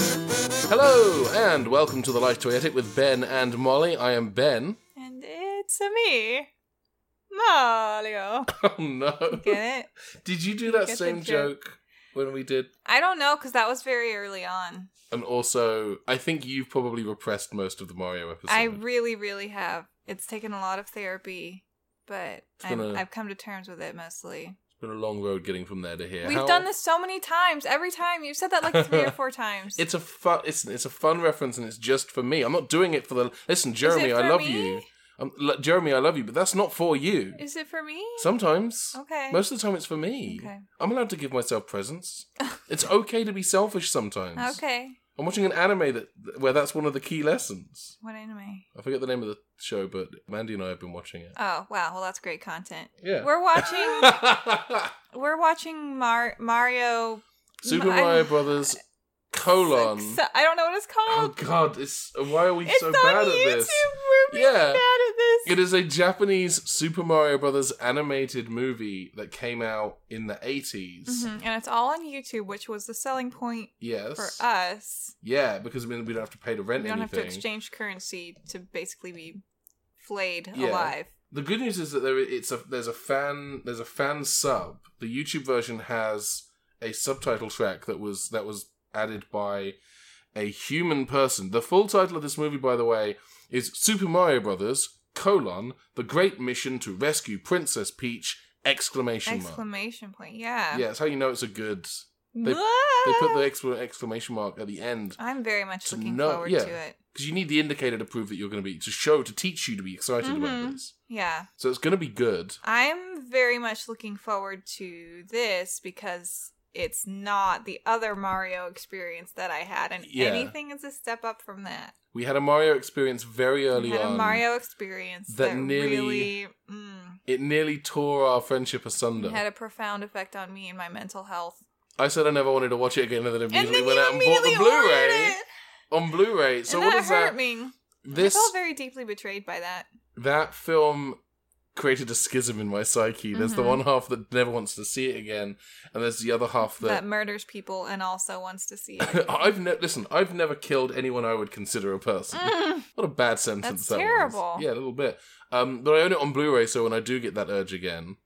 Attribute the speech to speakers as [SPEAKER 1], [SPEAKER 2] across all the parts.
[SPEAKER 1] Hello and welcome to the Life Toyetic with Ben and Molly. I am Ben.
[SPEAKER 2] And it's a me, Mario.
[SPEAKER 1] Oh no!
[SPEAKER 2] Get it?
[SPEAKER 1] Did you do that
[SPEAKER 2] Get the
[SPEAKER 1] same
[SPEAKER 2] joke.
[SPEAKER 1] joke when we did?
[SPEAKER 2] I don't know because that was very early on.
[SPEAKER 1] And also, I think you've probably repressed most of the Mario episode.
[SPEAKER 2] I really, really have. It's taken a lot of therapy, but I'm,
[SPEAKER 1] gonna-
[SPEAKER 2] I've come to terms with it mostly.
[SPEAKER 1] It's been a long road getting from there to here.
[SPEAKER 2] We've
[SPEAKER 1] How-
[SPEAKER 2] done this so many times. Every time you've said that like three or four times.
[SPEAKER 1] It's a fun. It's it's a fun reference, and it's just for me. I'm not doing it for the. Listen,
[SPEAKER 2] Is it
[SPEAKER 1] Jeremy, I
[SPEAKER 2] for
[SPEAKER 1] love
[SPEAKER 2] me?
[SPEAKER 1] you. Um, l- Jeremy, I love you, but that's not for you.
[SPEAKER 2] Is it for me?
[SPEAKER 1] Sometimes.
[SPEAKER 2] Okay.
[SPEAKER 1] Most of the time, it's for me.
[SPEAKER 2] Okay.
[SPEAKER 1] I'm allowed to give myself presents. it's okay to be selfish sometimes.
[SPEAKER 2] okay.
[SPEAKER 1] I'm watching an anime that where that's one of the key lessons.
[SPEAKER 2] What anime?
[SPEAKER 1] I forget the name of the show, but Mandy and I have been watching it.
[SPEAKER 2] Oh wow. Well, that's great content.
[SPEAKER 1] Yeah.
[SPEAKER 2] We're watching. we're watching Mar- Mario.
[SPEAKER 1] Super
[SPEAKER 2] I'm-
[SPEAKER 1] Mario Brothers colon.
[SPEAKER 2] Succe- I don't know what it's
[SPEAKER 1] Oh
[SPEAKER 2] called.
[SPEAKER 1] God! It's why are we
[SPEAKER 2] it's
[SPEAKER 1] so
[SPEAKER 2] on
[SPEAKER 1] bad
[SPEAKER 2] YouTube.
[SPEAKER 1] at this?
[SPEAKER 2] We're really
[SPEAKER 1] Yeah.
[SPEAKER 2] bad at this.
[SPEAKER 1] It is a Japanese Super Mario Brothers animated movie that came out in the 80s.
[SPEAKER 2] Mhm, And it's all on YouTube, which was the selling point for
[SPEAKER 1] Yes.
[SPEAKER 2] us.
[SPEAKER 1] Yeah, because we we don't have to pay to
[SPEAKER 2] We
[SPEAKER 1] rent
[SPEAKER 2] don't have
[SPEAKER 1] anything.
[SPEAKER 2] to exchange currency to basically be flayed
[SPEAKER 1] Yeah.
[SPEAKER 2] alive.
[SPEAKER 1] The good news is that there it's a there's a fan there's a fan sub. The YouTube version has a subtitle track that was that was added by a human person. The full title of this movie, by the way, is Super Mario Brothers: colon The Great Mission to Rescue Princess Peach! Exclamation mark.
[SPEAKER 2] Exclamation point. Yeah.
[SPEAKER 1] Yeah, it's how you know it's a good.
[SPEAKER 2] They,
[SPEAKER 1] They put the excla- exclamation mark at the end
[SPEAKER 2] I'm very much
[SPEAKER 1] to
[SPEAKER 2] looking
[SPEAKER 1] know-
[SPEAKER 2] forward
[SPEAKER 1] yeah.
[SPEAKER 2] to it.
[SPEAKER 1] because you need the indicator to prove that you're going to be to show to teach you to be excited about
[SPEAKER 2] Mhm.
[SPEAKER 1] this.
[SPEAKER 2] Yeah.
[SPEAKER 1] So it's going to be good.
[SPEAKER 2] I'm very much looking forward to this because it's not the other Mario experience that I had, and
[SPEAKER 1] Yeah.
[SPEAKER 2] anything is a step up from that.
[SPEAKER 1] We had a Mario experience very
[SPEAKER 2] I
[SPEAKER 1] early
[SPEAKER 2] had
[SPEAKER 1] on.
[SPEAKER 2] a Mario experience
[SPEAKER 1] that
[SPEAKER 2] that,
[SPEAKER 1] nearly-
[SPEAKER 2] really. Mm,
[SPEAKER 1] It nearly tore our friendship
[SPEAKER 2] It
[SPEAKER 1] asunder.
[SPEAKER 2] had a profound effect on me and my mental health.
[SPEAKER 1] I said I never wanted to watch it again, and then
[SPEAKER 2] And
[SPEAKER 1] immediately
[SPEAKER 2] then
[SPEAKER 1] went
[SPEAKER 2] you
[SPEAKER 1] out and bought
[SPEAKER 2] immediately
[SPEAKER 1] the
[SPEAKER 2] ordered
[SPEAKER 1] Blu-ray
[SPEAKER 2] it.
[SPEAKER 1] on Blu-ray. So
[SPEAKER 2] and
[SPEAKER 1] what
[SPEAKER 2] that
[SPEAKER 1] is
[SPEAKER 2] hurt
[SPEAKER 1] that?
[SPEAKER 2] me.
[SPEAKER 1] This
[SPEAKER 2] I felt very deeply betrayed by that.
[SPEAKER 1] that film created a schism in my psyche. There's the
[SPEAKER 2] Mhm.
[SPEAKER 1] one half that never wants to see it again, and there's the other half
[SPEAKER 2] That
[SPEAKER 1] that.
[SPEAKER 2] murders people and also wants to see it.
[SPEAKER 1] I've ne- listen. I've never killed anyone I would consider a person.
[SPEAKER 2] Mm.
[SPEAKER 1] What a bad sentence.
[SPEAKER 2] That's
[SPEAKER 1] that was.
[SPEAKER 2] terrible.
[SPEAKER 1] Yeah, a little bit. Um, but I own it on Blu-ray, so when I do get that urge again,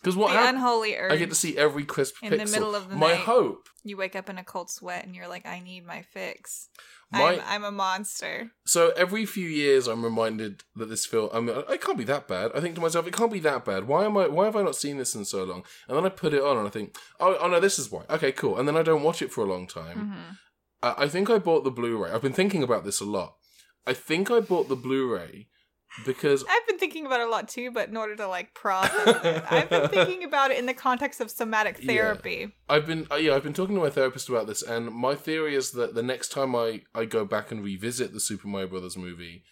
[SPEAKER 1] because what
[SPEAKER 2] the
[SPEAKER 1] happened?
[SPEAKER 2] unholy urge.
[SPEAKER 1] I get to see every crisp
[SPEAKER 2] In the
[SPEAKER 1] pixel.
[SPEAKER 2] middle of the
[SPEAKER 1] my
[SPEAKER 2] night.
[SPEAKER 1] hope,
[SPEAKER 2] You wake up in a cold sweat and you're like, I need my fix.
[SPEAKER 1] my
[SPEAKER 2] I'm, I'm a monster.
[SPEAKER 1] so every few years, I'm reminded that this film. I'm, uh, it can't be that bad. I think to myself, it can't be that bad. Why am I? Why have I not seen this in so long? And then I put it on, and I think, oh, oh no, this is why. Okay, cool. And then I don't watch it for a long time.
[SPEAKER 2] Mhm.
[SPEAKER 1] I, I think I bought the Blu-ray. I've been thinking about this a lot. I think I bought the Blu-ray because
[SPEAKER 2] I've been thinking about it a lot too, but in order to like process it, I've been thinking about it in the context of somatic
[SPEAKER 1] Yeah.
[SPEAKER 2] therapy.
[SPEAKER 1] I've been uh, yeah, I've been talking to my therapist about this, and my theory is that the next time I I go back and revisit the Super Mario Brothers movie,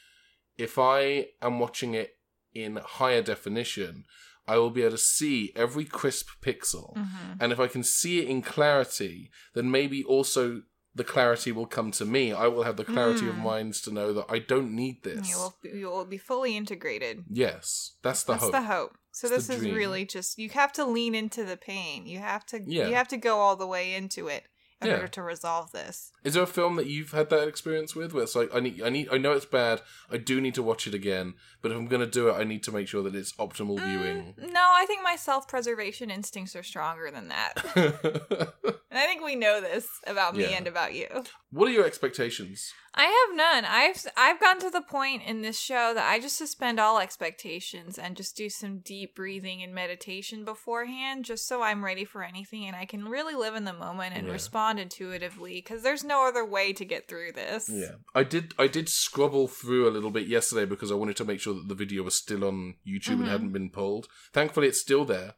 [SPEAKER 1] if I am watching it in higher definition, I will be able to see every crisp pixel,
[SPEAKER 2] Mhm.
[SPEAKER 1] and if I can see it in clarity, then maybe also the clarity will come to me. I will have the clarity of
[SPEAKER 2] Mm.
[SPEAKER 1] mind to know that I don't need this.
[SPEAKER 2] You will you will be fully integrated.
[SPEAKER 1] Yes, that's the
[SPEAKER 2] That's
[SPEAKER 1] hope.
[SPEAKER 2] the hope. So
[SPEAKER 1] It's the
[SPEAKER 2] this is
[SPEAKER 1] dream.
[SPEAKER 2] really just you have to lean into the pain. You have to
[SPEAKER 1] Yeah.
[SPEAKER 2] you have to go all the way into it in
[SPEAKER 1] Yeah.
[SPEAKER 2] order to resolve this.
[SPEAKER 1] Is there a film that you've had that experience with where it's like I need I need I know it's bad, I do need to watch it again, but if I'm gonna do it I need to make sure that it's optimal viewing.
[SPEAKER 2] Mm, no, I think my self-preservation instincts are stronger than that. and I think we know this about me
[SPEAKER 1] Yeah.
[SPEAKER 2] and about you.
[SPEAKER 1] what are your expectations?
[SPEAKER 2] I have none. I've I've gotten to the point in this show that I just suspend all expectations and just do some deep breathing and meditation beforehand, just so I'm ready for anything and I can really live in the moment and
[SPEAKER 1] Yeah.
[SPEAKER 2] respond intuitively because there's no other way to get through this.
[SPEAKER 1] Yeah. I did I did scrubble through a little bit yesterday because I wanted to make sure that the video was still on YouTube and
[SPEAKER 2] Mhm.
[SPEAKER 1] hadn't been pulled. Thankfully it's still there.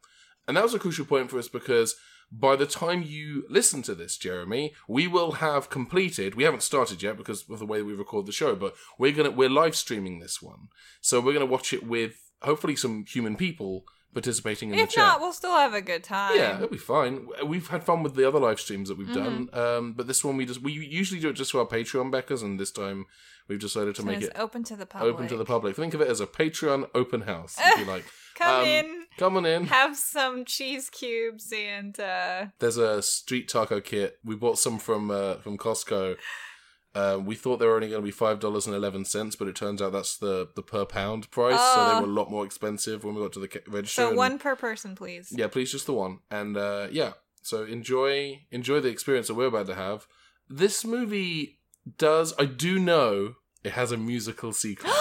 [SPEAKER 1] And that was a crucial point for us because by the time you listen to this, Jeremy, we will have completed. We haven't started yet because of the way that we record the show, but we're gonna we're live streaming this one, so we're gonna watch it with hopefully some human people participating in the
[SPEAKER 2] If
[SPEAKER 1] chat.
[SPEAKER 2] not, we'll still have a good time.
[SPEAKER 1] yeah, it'll be fine. We've had fun with the other live streams that we've
[SPEAKER 2] Mm-hmm.
[SPEAKER 1] done, um, but this one we just we usually do it just for our Patreon backers, and this time we've decided to
[SPEAKER 2] And
[SPEAKER 1] make
[SPEAKER 2] it's
[SPEAKER 1] it
[SPEAKER 2] open to the public.
[SPEAKER 1] open to the public. Think of it as a Patreon open house, if you like.
[SPEAKER 2] Come
[SPEAKER 1] Um,
[SPEAKER 2] in,
[SPEAKER 1] Come on in.
[SPEAKER 2] have some cheese cubes, and uh,
[SPEAKER 1] There's a street taco kit. We bought some from uh, from Costco. Uh, we thought they were only going to be five dollars and eleven cents, but it turns out that's the the per pound price, so
[SPEAKER 2] Oh.
[SPEAKER 1] they were a lot more expensive when we got to the ca- register.
[SPEAKER 2] so
[SPEAKER 1] and-
[SPEAKER 2] one per person, please.
[SPEAKER 1] yeah, please just the one. And uh, yeah, so enjoy enjoy the experience that we're about to have. This movie does. I do know it has a musical sequence.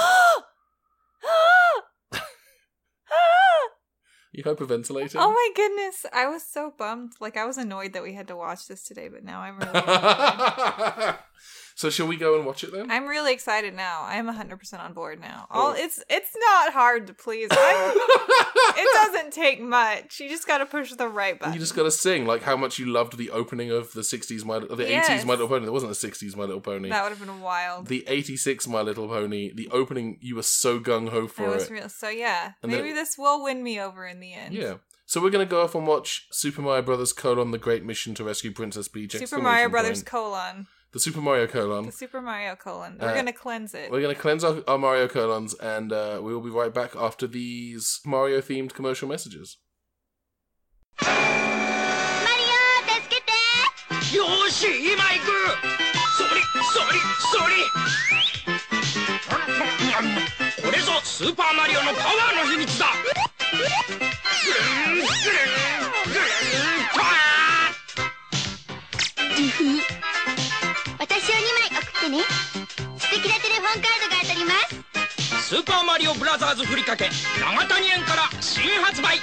[SPEAKER 1] you hyperventilating?
[SPEAKER 2] Oh my goodness. I was so bummed. Like I was annoyed that we had to watch this today, but now I'm really excited.
[SPEAKER 1] so shall we go and watch it then?
[SPEAKER 2] I'm really excited now. I'm 100% on board now.
[SPEAKER 1] Oh.
[SPEAKER 2] All it's it's not hard to please. I'm, it doesn't take much. You just got to push the right button.
[SPEAKER 1] You just gotta sing like how much you loved the opening of the '60s My of the
[SPEAKER 2] Yes.
[SPEAKER 1] '80s My Little Pony. There wasn't a '60s My Little Pony.
[SPEAKER 2] that would have been wild.
[SPEAKER 1] the '86 My Little Pony. The opening, you were so gung ho
[SPEAKER 2] I
[SPEAKER 1] for
[SPEAKER 2] was
[SPEAKER 1] it.
[SPEAKER 2] real. So yeah,
[SPEAKER 1] And
[SPEAKER 2] maybe
[SPEAKER 1] then-
[SPEAKER 2] this will win me over in the end.
[SPEAKER 1] yeah. So we're gonna go off and watch Super Mario Brothers: colon The Great Mission to Rescue Princess Peach.
[SPEAKER 2] Super
[SPEAKER 1] exclamation
[SPEAKER 2] Mario Brothers
[SPEAKER 1] point.
[SPEAKER 2] colon.
[SPEAKER 1] the Super Mario
[SPEAKER 2] The
[SPEAKER 1] colon.
[SPEAKER 2] Super Mario colon. We're
[SPEAKER 1] Uh,
[SPEAKER 2] gonna cleanse it.
[SPEAKER 1] We're gonna cleanse our, our Mario colons, and uh, we will be right back after these Mario-themed commercial messages.
[SPEAKER 3] マリオ助けて
[SPEAKER 4] よーし今行くそりそりそりこれぞスーパーマリオのパワーの秘密だぐるんぐるんぐるんパワー
[SPEAKER 3] 私を2枚送ってね素敵なテレフォンカードが当たります
[SPEAKER 4] スーパーマリオブラザーズふりかけ長谷園から新発売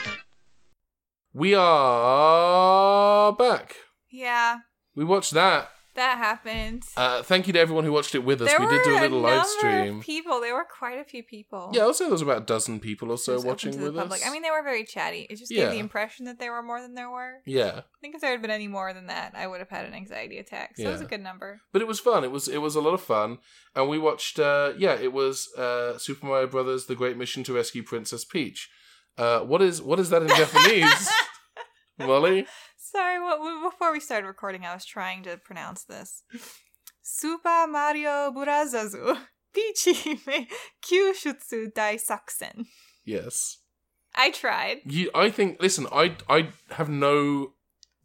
[SPEAKER 1] We are back.
[SPEAKER 2] yeah,
[SPEAKER 1] We watched that.
[SPEAKER 2] that happened.
[SPEAKER 1] Uh, thank you to everyone who watched it with us. we did do a little live stream.
[SPEAKER 2] Of people. There were quite a few people.
[SPEAKER 1] Yeah, I'll say there was about a dozen people or
[SPEAKER 2] It
[SPEAKER 1] so
[SPEAKER 2] was open to
[SPEAKER 1] watching
[SPEAKER 2] the
[SPEAKER 1] with
[SPEAKER 2] public.
[SPEAKER 1] us.
[SPEAKER 2] I mean, they were very chatty. It just
[SPEAKER 1] Yeah.
[SPEAKER 2] gave the impression that there were more than there were.
[SPEAKER 1] yeah,
[SPEAKER 2] I think if there had been any more than that, I would have had an anxiety attack. So it was a
[SPEAKER 1] Yeah.
[SPEAKER 2] good number.
[SPEAKER 1] but it was fun. It was it was a lot of fun, and we watched. Uh, yeah, it was uh, Super Mario Brothers: The Great Mission to Rescue Princess Peach. Uh, what is what is that in Japanese, Molly?
[SPEAKER 2] Sorry, what, w- before we started recording, I was trying to pronounce this. Super Mario Burazazu Pichi me Kyushutsu Daisakusen.
[SPEAKER 1] Yes,
[SPEAKER 2] I tried.
[SPEAKER 1] you. I think. Listen, I I have no.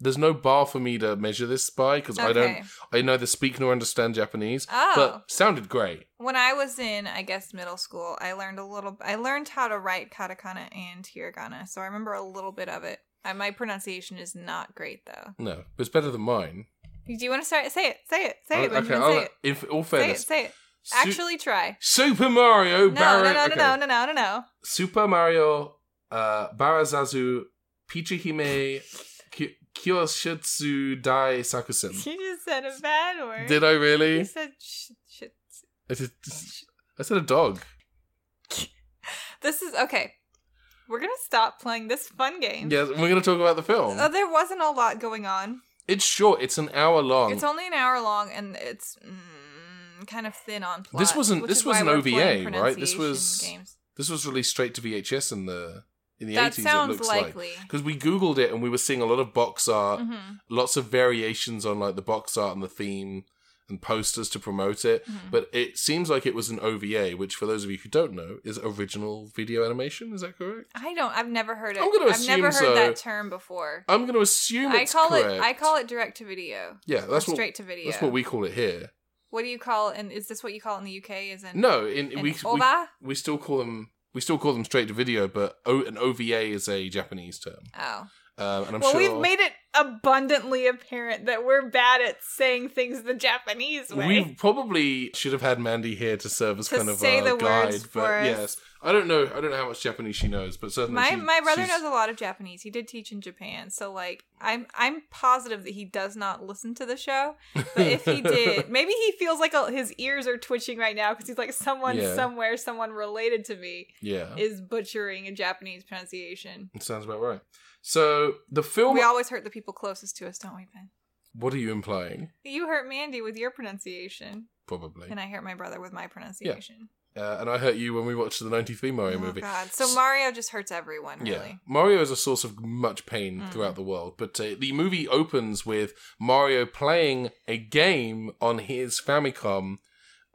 [SPEAKER 1] There's no bar for me to measure this by because I don't.
[SPEAKER 2] Okay.
[SPEAKER 1] I neither speak nor understand Japanese.
[SPEAKER 2] Oh.
[SPEAKER 1] But sounded great.
[SPEAKER 2] When I was in, I guess, middle school, I learned a little. I learned how to write katakana and hiragana, so I remember a little bit of it. I, my pronunciation is not great, though.
[SPEAKER 1] No, it's better than mine.
[SPEAKER 2] Do you want to start? Say it. Say it. Say
[SPEAKER 1] Oh,
[SPEAKER 2] it. Benjamin,
[SPEAKER 1] I'll-
[SPEAKER 2] say it.
[SPEAKER 1] If all
[SPEAKER 2] Say it.
[SPEAKER 1] fairness,
[SPEAKER 2] Say it.
[SPEAKER 1] Su-
[SPEAKER 2] Actually, try.
[SPEAKER 1] Super Mario
[SPEAKER 2] No, no,
[SPEAKER 1] Baron.
[SPEAKER 2] no, no,
[SPEAKER 1] okay.
[SPEAKER 2] no, no, no, no, no.
[SPEAKER 1] Super Mario uh, Barazazu Pichihime Ky- Kyoshitsu Dai Sakusen.
[SPEAKER 2] You just said a bad word.
[SPEAKER 1] Did I
[SPEAKER 2] You
[SPEAKER 1] really?
[SPEAKER 2] said sh- shit.
[SPEAKER 1] I did- I said a dog.
[SPEAKER 2] This is okay. We're gonna stop playing this fun game.
[SPEAKER 1] Yes, we're going to talk about the film.
[SPEAKER 2] Uh, there wasn't a lot going on.
[SPEAKER 1] It's short. It's an hour long.
[SPEAKER 2] It's only an hour long, and it's mm, kind of thin on plot.
[SPEAKER 1] This wasn't-
[SPEAKER 2] which
[SPEAKER 1] this
[SPEAKER 2] is
[SPEAKER 1] was
[SPEAKER 2] why
[SPEAKER 1] an
[SPEAKER 2] we're
[SPEAKER 1] OVA,
[SPEAKER 2] playing
[SPEAKER 1] right? This was-
[SPEAKER 2] pronunciation games.
[SPEAKER 1] this was released straight to VHS in the in the
[SPEAKER 2] That
[SPEAKER 1] 80s.
[SPEAKER 2] sounds
[SPEAKER 1] it looks
[SPEAKER 2] likely.
[SPEAKER 1] like uh, because we googled it and we were seeing a lot of box art,
[SPEAKER 2] Mhm.
[SPEAKER 1] lots of variations on like the box art and the theme and posters to promote it.
[SPEAKER 2] Mhm.
[SPEAKER 1] But it seems like it was an OVA, which for those of you who don't know is original video animation. Is that correct?
[SPEAKER 2] I don't. I've never heard it.
[SPEAKER 1] I'm gonna
[SPEAKER 2] I've never heard
[SPEAKER 1] assume so.
[SPEAKER 2] that term before.
[SPEAKER 1] I'm going to assume
[SPEAKER 2] I
[SPEAKER 1] it's
[SPEAKER 2] call
[SPEAKER 1] correct.
[SPEAKER 2] it. I call it direct to video.
[SPEAKER 1] yeah. That's what
[SPEAKER 2] straight to video.
[SPEAKER 1] that's what we call it here.
[SPEAKER 2] What do you call? And is this what you call it in the UK? Is in
[SPEAKER 1] No, in
[SPEAKER 2] An
[SPEAKER 1] we, we
[SPEAKER 2] OVA?
[SPEAKER 1] we still call them we still call them straight to video, but o, an OVA is a Japanese term,
[SPEAKER 2] Oh.
[SPEAKER 1] um, and I'm
[SPEAKER 2] well,
[SPEAKER 1] sure
[SPEAKER 2] we've made it abundantly apparent that we're bad at saying things the Japanese way.
[SPEAKER 1] we probably should have had Mandy here to serve as
[SPEAKER 2] To
[SPEAKER 1] kind of
[SPEAKER 2] say
[SPEAKER 1] our
[SPEAKER 2] the
[SPEAKER 1] guide.
[SPEAKER 2] words
[SPEAKER 1] but
[SPEAKER 2] for us.
[SPEAKER 1] yes, I don't know. I don't know how much Japanese she knows, but certainly
[SPEAKER 2] my
[SPEAKER 1] she's-
[SPEAKER 2] my brother
[SPEAKER 1] she's-
[SPEAKER 2] knows a lot of Japanese. He did teach in Japan, so like I'm I'm positive that he does not listen to the show. But if he did, maybe he feels like a, his ears are twitching right now because he's like someone
[SPEAKER 1] Yeah. Oh.
[SPEAKER 2] somewhere, someone related to me
[SPEAKER 1] Yeah,
[SPEAKER 2] is butchering a Japanese pronunciation.
[SPEAKER 1] it sounds about right. So the film.
[SPEAKER 2] We always hurt the people closest to us, don't we, Ben?
[SPEAKER 1] what are you implying?
[SPEAKER 2] You hurt Mandy with your pronunciation,
[SPEAKER 1] Probably.
[SPEAKER 2] and I hurt my brother with my pronunciation.
[SPEAKER 1] uh, and I hurt you when we watched the '93 Mario
[SPEAKER 2] oh,
[SPEAKER 1] movie.
[SPEAKER 2] God. So Mario just hurts everyone, really.
[SPEAKER 1] Mario is a source of much pain throughout the world, but uh, the movie opens with Mario playing a game on his Famicom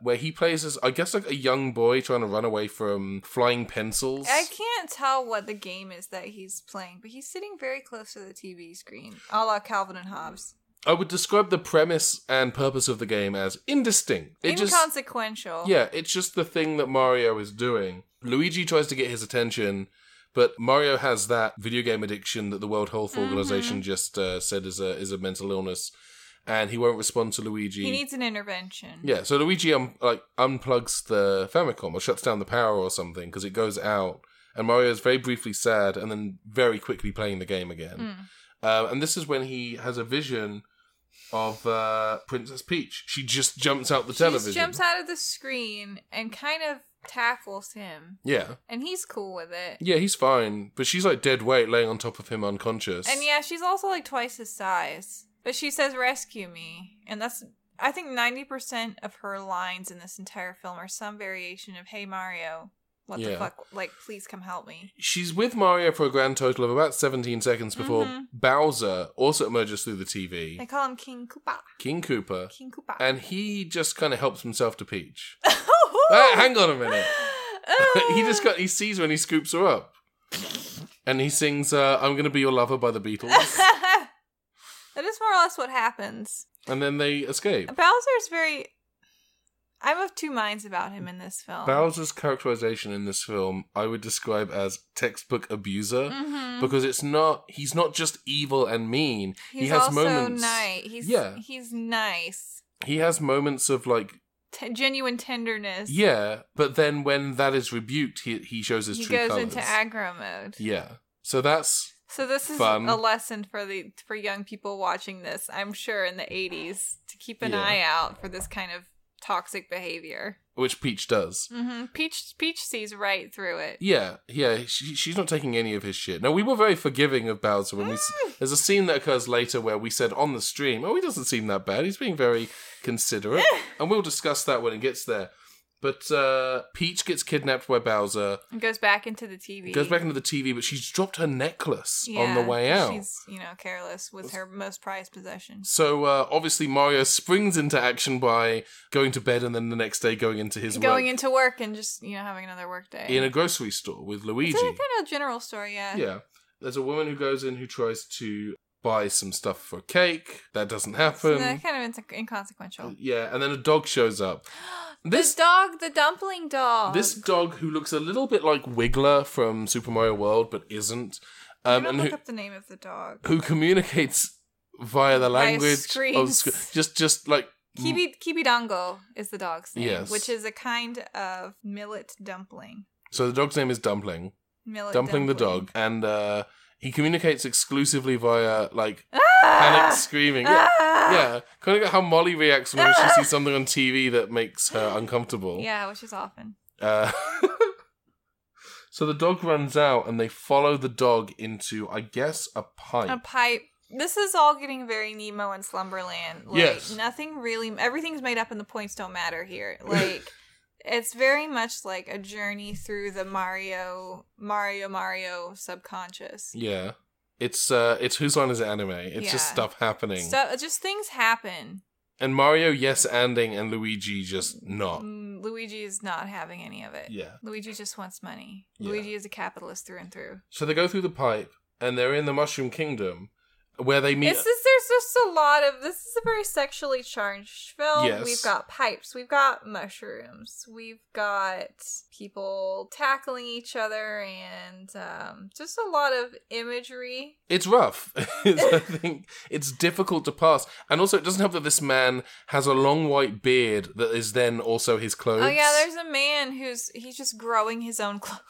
[SPEAKER 1] where he plays as, I guess, like a young boy trying to run away from flying pencils.
[SPEAKER 2] I can't tell what the game is that he's playing, but he's sitting very close to the TV screen, a la Calvin and Hobbes.
[SPEAKER 1] I would describe the premise and purpose of the game as indistinct. It just,
[SPEAKER 2] Inconsequential.
[SPEAKER 1] yeah, it's just the thing that Mario is doing. Luigi tries to get his attention, but Mario has that video game addiction that the World Health
[SPEAKER 2] Mm-hmm.
[SPEAKER 1] Organization just uh, said is a is a mental illness, and he won't respond to Luigi.
[SPEAKER 2] He needs an intervention.
[SPEAKER 1] yeah, so Luigi um, like unplugs the Famicom or shuts down the power or something because it goes out, and Mario is very briefly sad and then very quickly playing the game again.
[SPEAKER 2] Hmm.
[SPEAKER 1] Um, and this is when he has a vision of uh, Princess Peach. She just jumps out the
[SPEAKER 2] She
[SPEAKER 1] television.
[SPEAKER 2] just jumps out of the screen and kind of tackles him,
[SPEAKER 1] yeah.
[SPEAKER 2] and he's cool with it.
[SPEAKER 1] Yeah, he's fine, but she's like dead weight laying on top of him unconscious.
[SPEAKER 2] And yeah, she's also like twice his size, but she says, "Rescue me," and that's. I think 90% of her lines in this entire film are some variation of, hey, Mario, what the
[SPEAKER 1] Yeah.
[SPEAKER 2] fuck? Like, please come help me.
[SPEAKER 1] She's with Mario for a grand total of about 17 seconds before
[SPEAKER 2] Mhm.
[SPEAKER 1] Bowser also emerges through the TV,
[SPEAKER 2] They call him King Koopa.
[SPEAKER 1] King Koopa,
[SPEAKER 2] King Koopa.
[SPEAKER 1] and he just kind of helps himself to Peach.
[SPEAKER 2] Oh!
[SPEAKER 1] Ah, hang on a minute.
[SPEAKER 2] Oh.
[SPEAKER 1] he just got, he sees her and he scoops her up. And he sings, uh, I'm Gonna Be Your Lover by the Beatles.
[SPEAKER 2] that is more or less what happens.
[SPEAKER 1] and then they escape.
[SPEAKER 2] Bowser's very. I'm of two minds about him in this film.
[SPEAKER 1] Bowser's characterization in this film, I would describe as textbook abuser.
[SPEAKER 2] Mhm.
[SPEAKER 1] because it's not he's not just evil and mean
[SPEAKER 2] He's
[SPEAKER 1] he has
[SPEAKER 2] also
[SPEAKER 1] moments
[SPEAKER 2] nice. He's
[SPEAKER 1] Yeah.
[SPEAKER 2] he's nice,
[SPEAKER 1] he has moments of like
[SPEAKER 2] T- genuine tenderness.
[SPEAKER 1] yeah but then when that is rebuked he he shows his
[SPEAKER 2] he
[SPEAKER 1] true
[SPEAKER 2] goes
[SPEAKER 1] colors
[SPEAKER 2] into aggro mode.
[SPEAKER 1] yeah so that's
[SPEAKER 2] So this is
[SPEAKER 1] Fun.
[SPEAKER 2] a lesson for the for young people watching this. I'm sure in the 80s to keep an
[SPEAKER 1] Yeah.
[SPEAKER 2] eye out for this kind of toxic behavior.
[SPEAKER 1] which peach does
[SPEAKER 2] hmm Peach Peach sees right through it.
[SPEAKER 1] yeah yeah she, she's not taking any of his shit now we were very forgiving of bowser when we s-
[SPEAKER 2] Mm.
[SPEAKER 1] there's a scene that occurs later where we said on the stream oh he doesn't seem that bad he's being very considerate and we'll discuss that when it gets there but uh, peach gets kidnapped by bowser
[SPEAKER 2] And goes back into the TV.
[SPEAKER 1] goes back into the tv but she's dropped her necklace on the
[SPEAKER 2] Yeah,
[SPEAKER 1] way out
[SPEAKER 2] She's, you know, careless with her most prized possession.
[SPEAKER 1] So uh, obviously Mario springs into action by going to bed and then the next day going into his
[SPEAKER 2] Going
[SPEAKER 1] work
[SPEAKER 2] into work and just, you know, having another work day.
[SPEAKER 1] in a grocery store with Luigi.
[SPEAKER 2] it's a kind of general story, yeah.
[SPEAKER 1] yeah, there's a woman who goes in who tries to buy some stuff for cake. That doesn't happen.
[SPEAKER 2] So they're uh, kind of inse- inconsequential.
[SPEAKER 1] yeah, and then a dog shows up.
[SPEAKER 2] This
[SPEAKER 1] This
[SPEAKER 2] dog, the dumpling dog.
[SPEAKER 1] this dog who looks a little bit like Wiggler from Super Mario World but isn't,
[SPEAKER 2] I'm
[SPEAKER 1] um,
[SPEAKER 2] gonna
[SPEAKER 1] and
[SPEAKER 2] look
[SPEAKER 1] who
[SPEAKER 2] up the name of the dog.
[SPEAKER 1] who communicates via the
[SPEAKER 2] Via
[SPEAKER 1] language of
[SPEAKER 2] screams.
[SPEAKER 1] sc- just just like
[SPEAKER 2] Kibi Kibidango is the dog's name,
[SPEAKER 1] Yes.
[SPEAKER 2] which is a kind of millet dumpling.
[SPEAKER 1] so the dog's name is Dumpling.
[SPEAKER 2] Millet
[SPEAKER 1] Dumpling the dog, and uh, he communicates exclusively via like
[SPEAKER 2] Ah!
[SPEAKER 1] panic screaming. Yeah,
[SPEAKER 2] Ah!
[SPEAKER 1] yeah. kind of like how Molly reacts when she sees something on TV that makes her uncomfortable.
[SPEAKER 2] Yeah, which is often.
[SPEAKER 1] Uh, so the dog runs out, and they follow the dog into, I guess, a pipe.
[SPEAKER 2] a pipe. This is all getting very Nemo and Slumberland. Like
[SPEAKER 1] Yes.
[SPEAKER 2] nothing really everything's made up and the points don't matter here. Like it's very much like a journey through the Mario Mario Mario subconscious.
[SPEAKER 1] yeah, it's uh, it's whose line is it anime? It's just
[SPEAKER 2] Yeah.
[SPEAKER 1] stuff happening,
[SPEAKER 2] So uh, just things happen.
[SPEAKER 1] and Mario yes anding, and Luigi just not.
[SPEAKER 2] Mm, Luigi is not having any of it.
[SPEAKER 1] Oh. Yeah.
[SPEAKER 2] Luigi just wants money.
[SPEAKER 1] Yeah.
[SPEAKER 2] Luigi is a capitalist through and through.
[SPEAKER 1] So they go through the pipe, and they're in the Mushroom Kingdom, where they meet.
[SPEAKER 2] It's just, there's just a lot of this is a very sexually charged film.
[SPEAKER 1] Yes.
[SPEAKER 2] We've got pipes, we've got mushrooms, we've got people tackling each other, and um, just a lot of imagery.
[SPEAKER 1] it's rough. It's- I think it's difficult to pass, and also it doesn't help that this man has a long white beard that is then also his clothes.
[SPEAKER 2] Oh yeah, there's a man who's he's just growing his own clothes.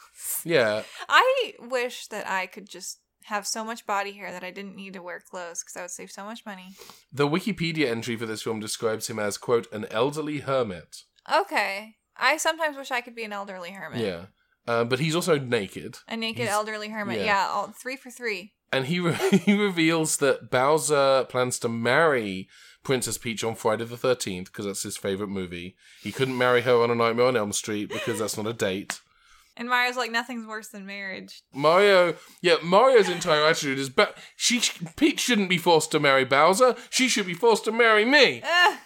[SPEAKER 1] yeah,
[SPEAKER 2] I wish that I could just have so much body hair that I didn't need to wear clothes because I would save so much money.
[SPEAKER 1] the Wikipedia entry for this film describes him as quote an elderly hermit.
[SPEAKER 2] Okay, I sometimes wish I could be an elderly hermit.
[SPEAKER 1] Yeah, uh, but he's also naked.
[SPEAKER 2] A naked
[SPEAKER 1] He's-
[SPEAKER 2] elderly hermit.
[SPEAKER 1] yeah.
[SPEAKER 2] Yeah, all, three for three.
[SPEAKER 1] and he re- he reveals that Bowser plans to marry Princess Peach on Friday the thirteenth because that's his favorite movie. He couldn't marry her on A Nightmare on Elm Street because that's not a date.
[SPEAKER 2] And Mario's like, nothing's worse than marriage.
[SPEAKER 1] Mario, yeah, Mario's entire attitude is, but she Peach shouldn't be forced to marry Bowser. She should be forced to marry me.
[SPEAKER 2] Ugh.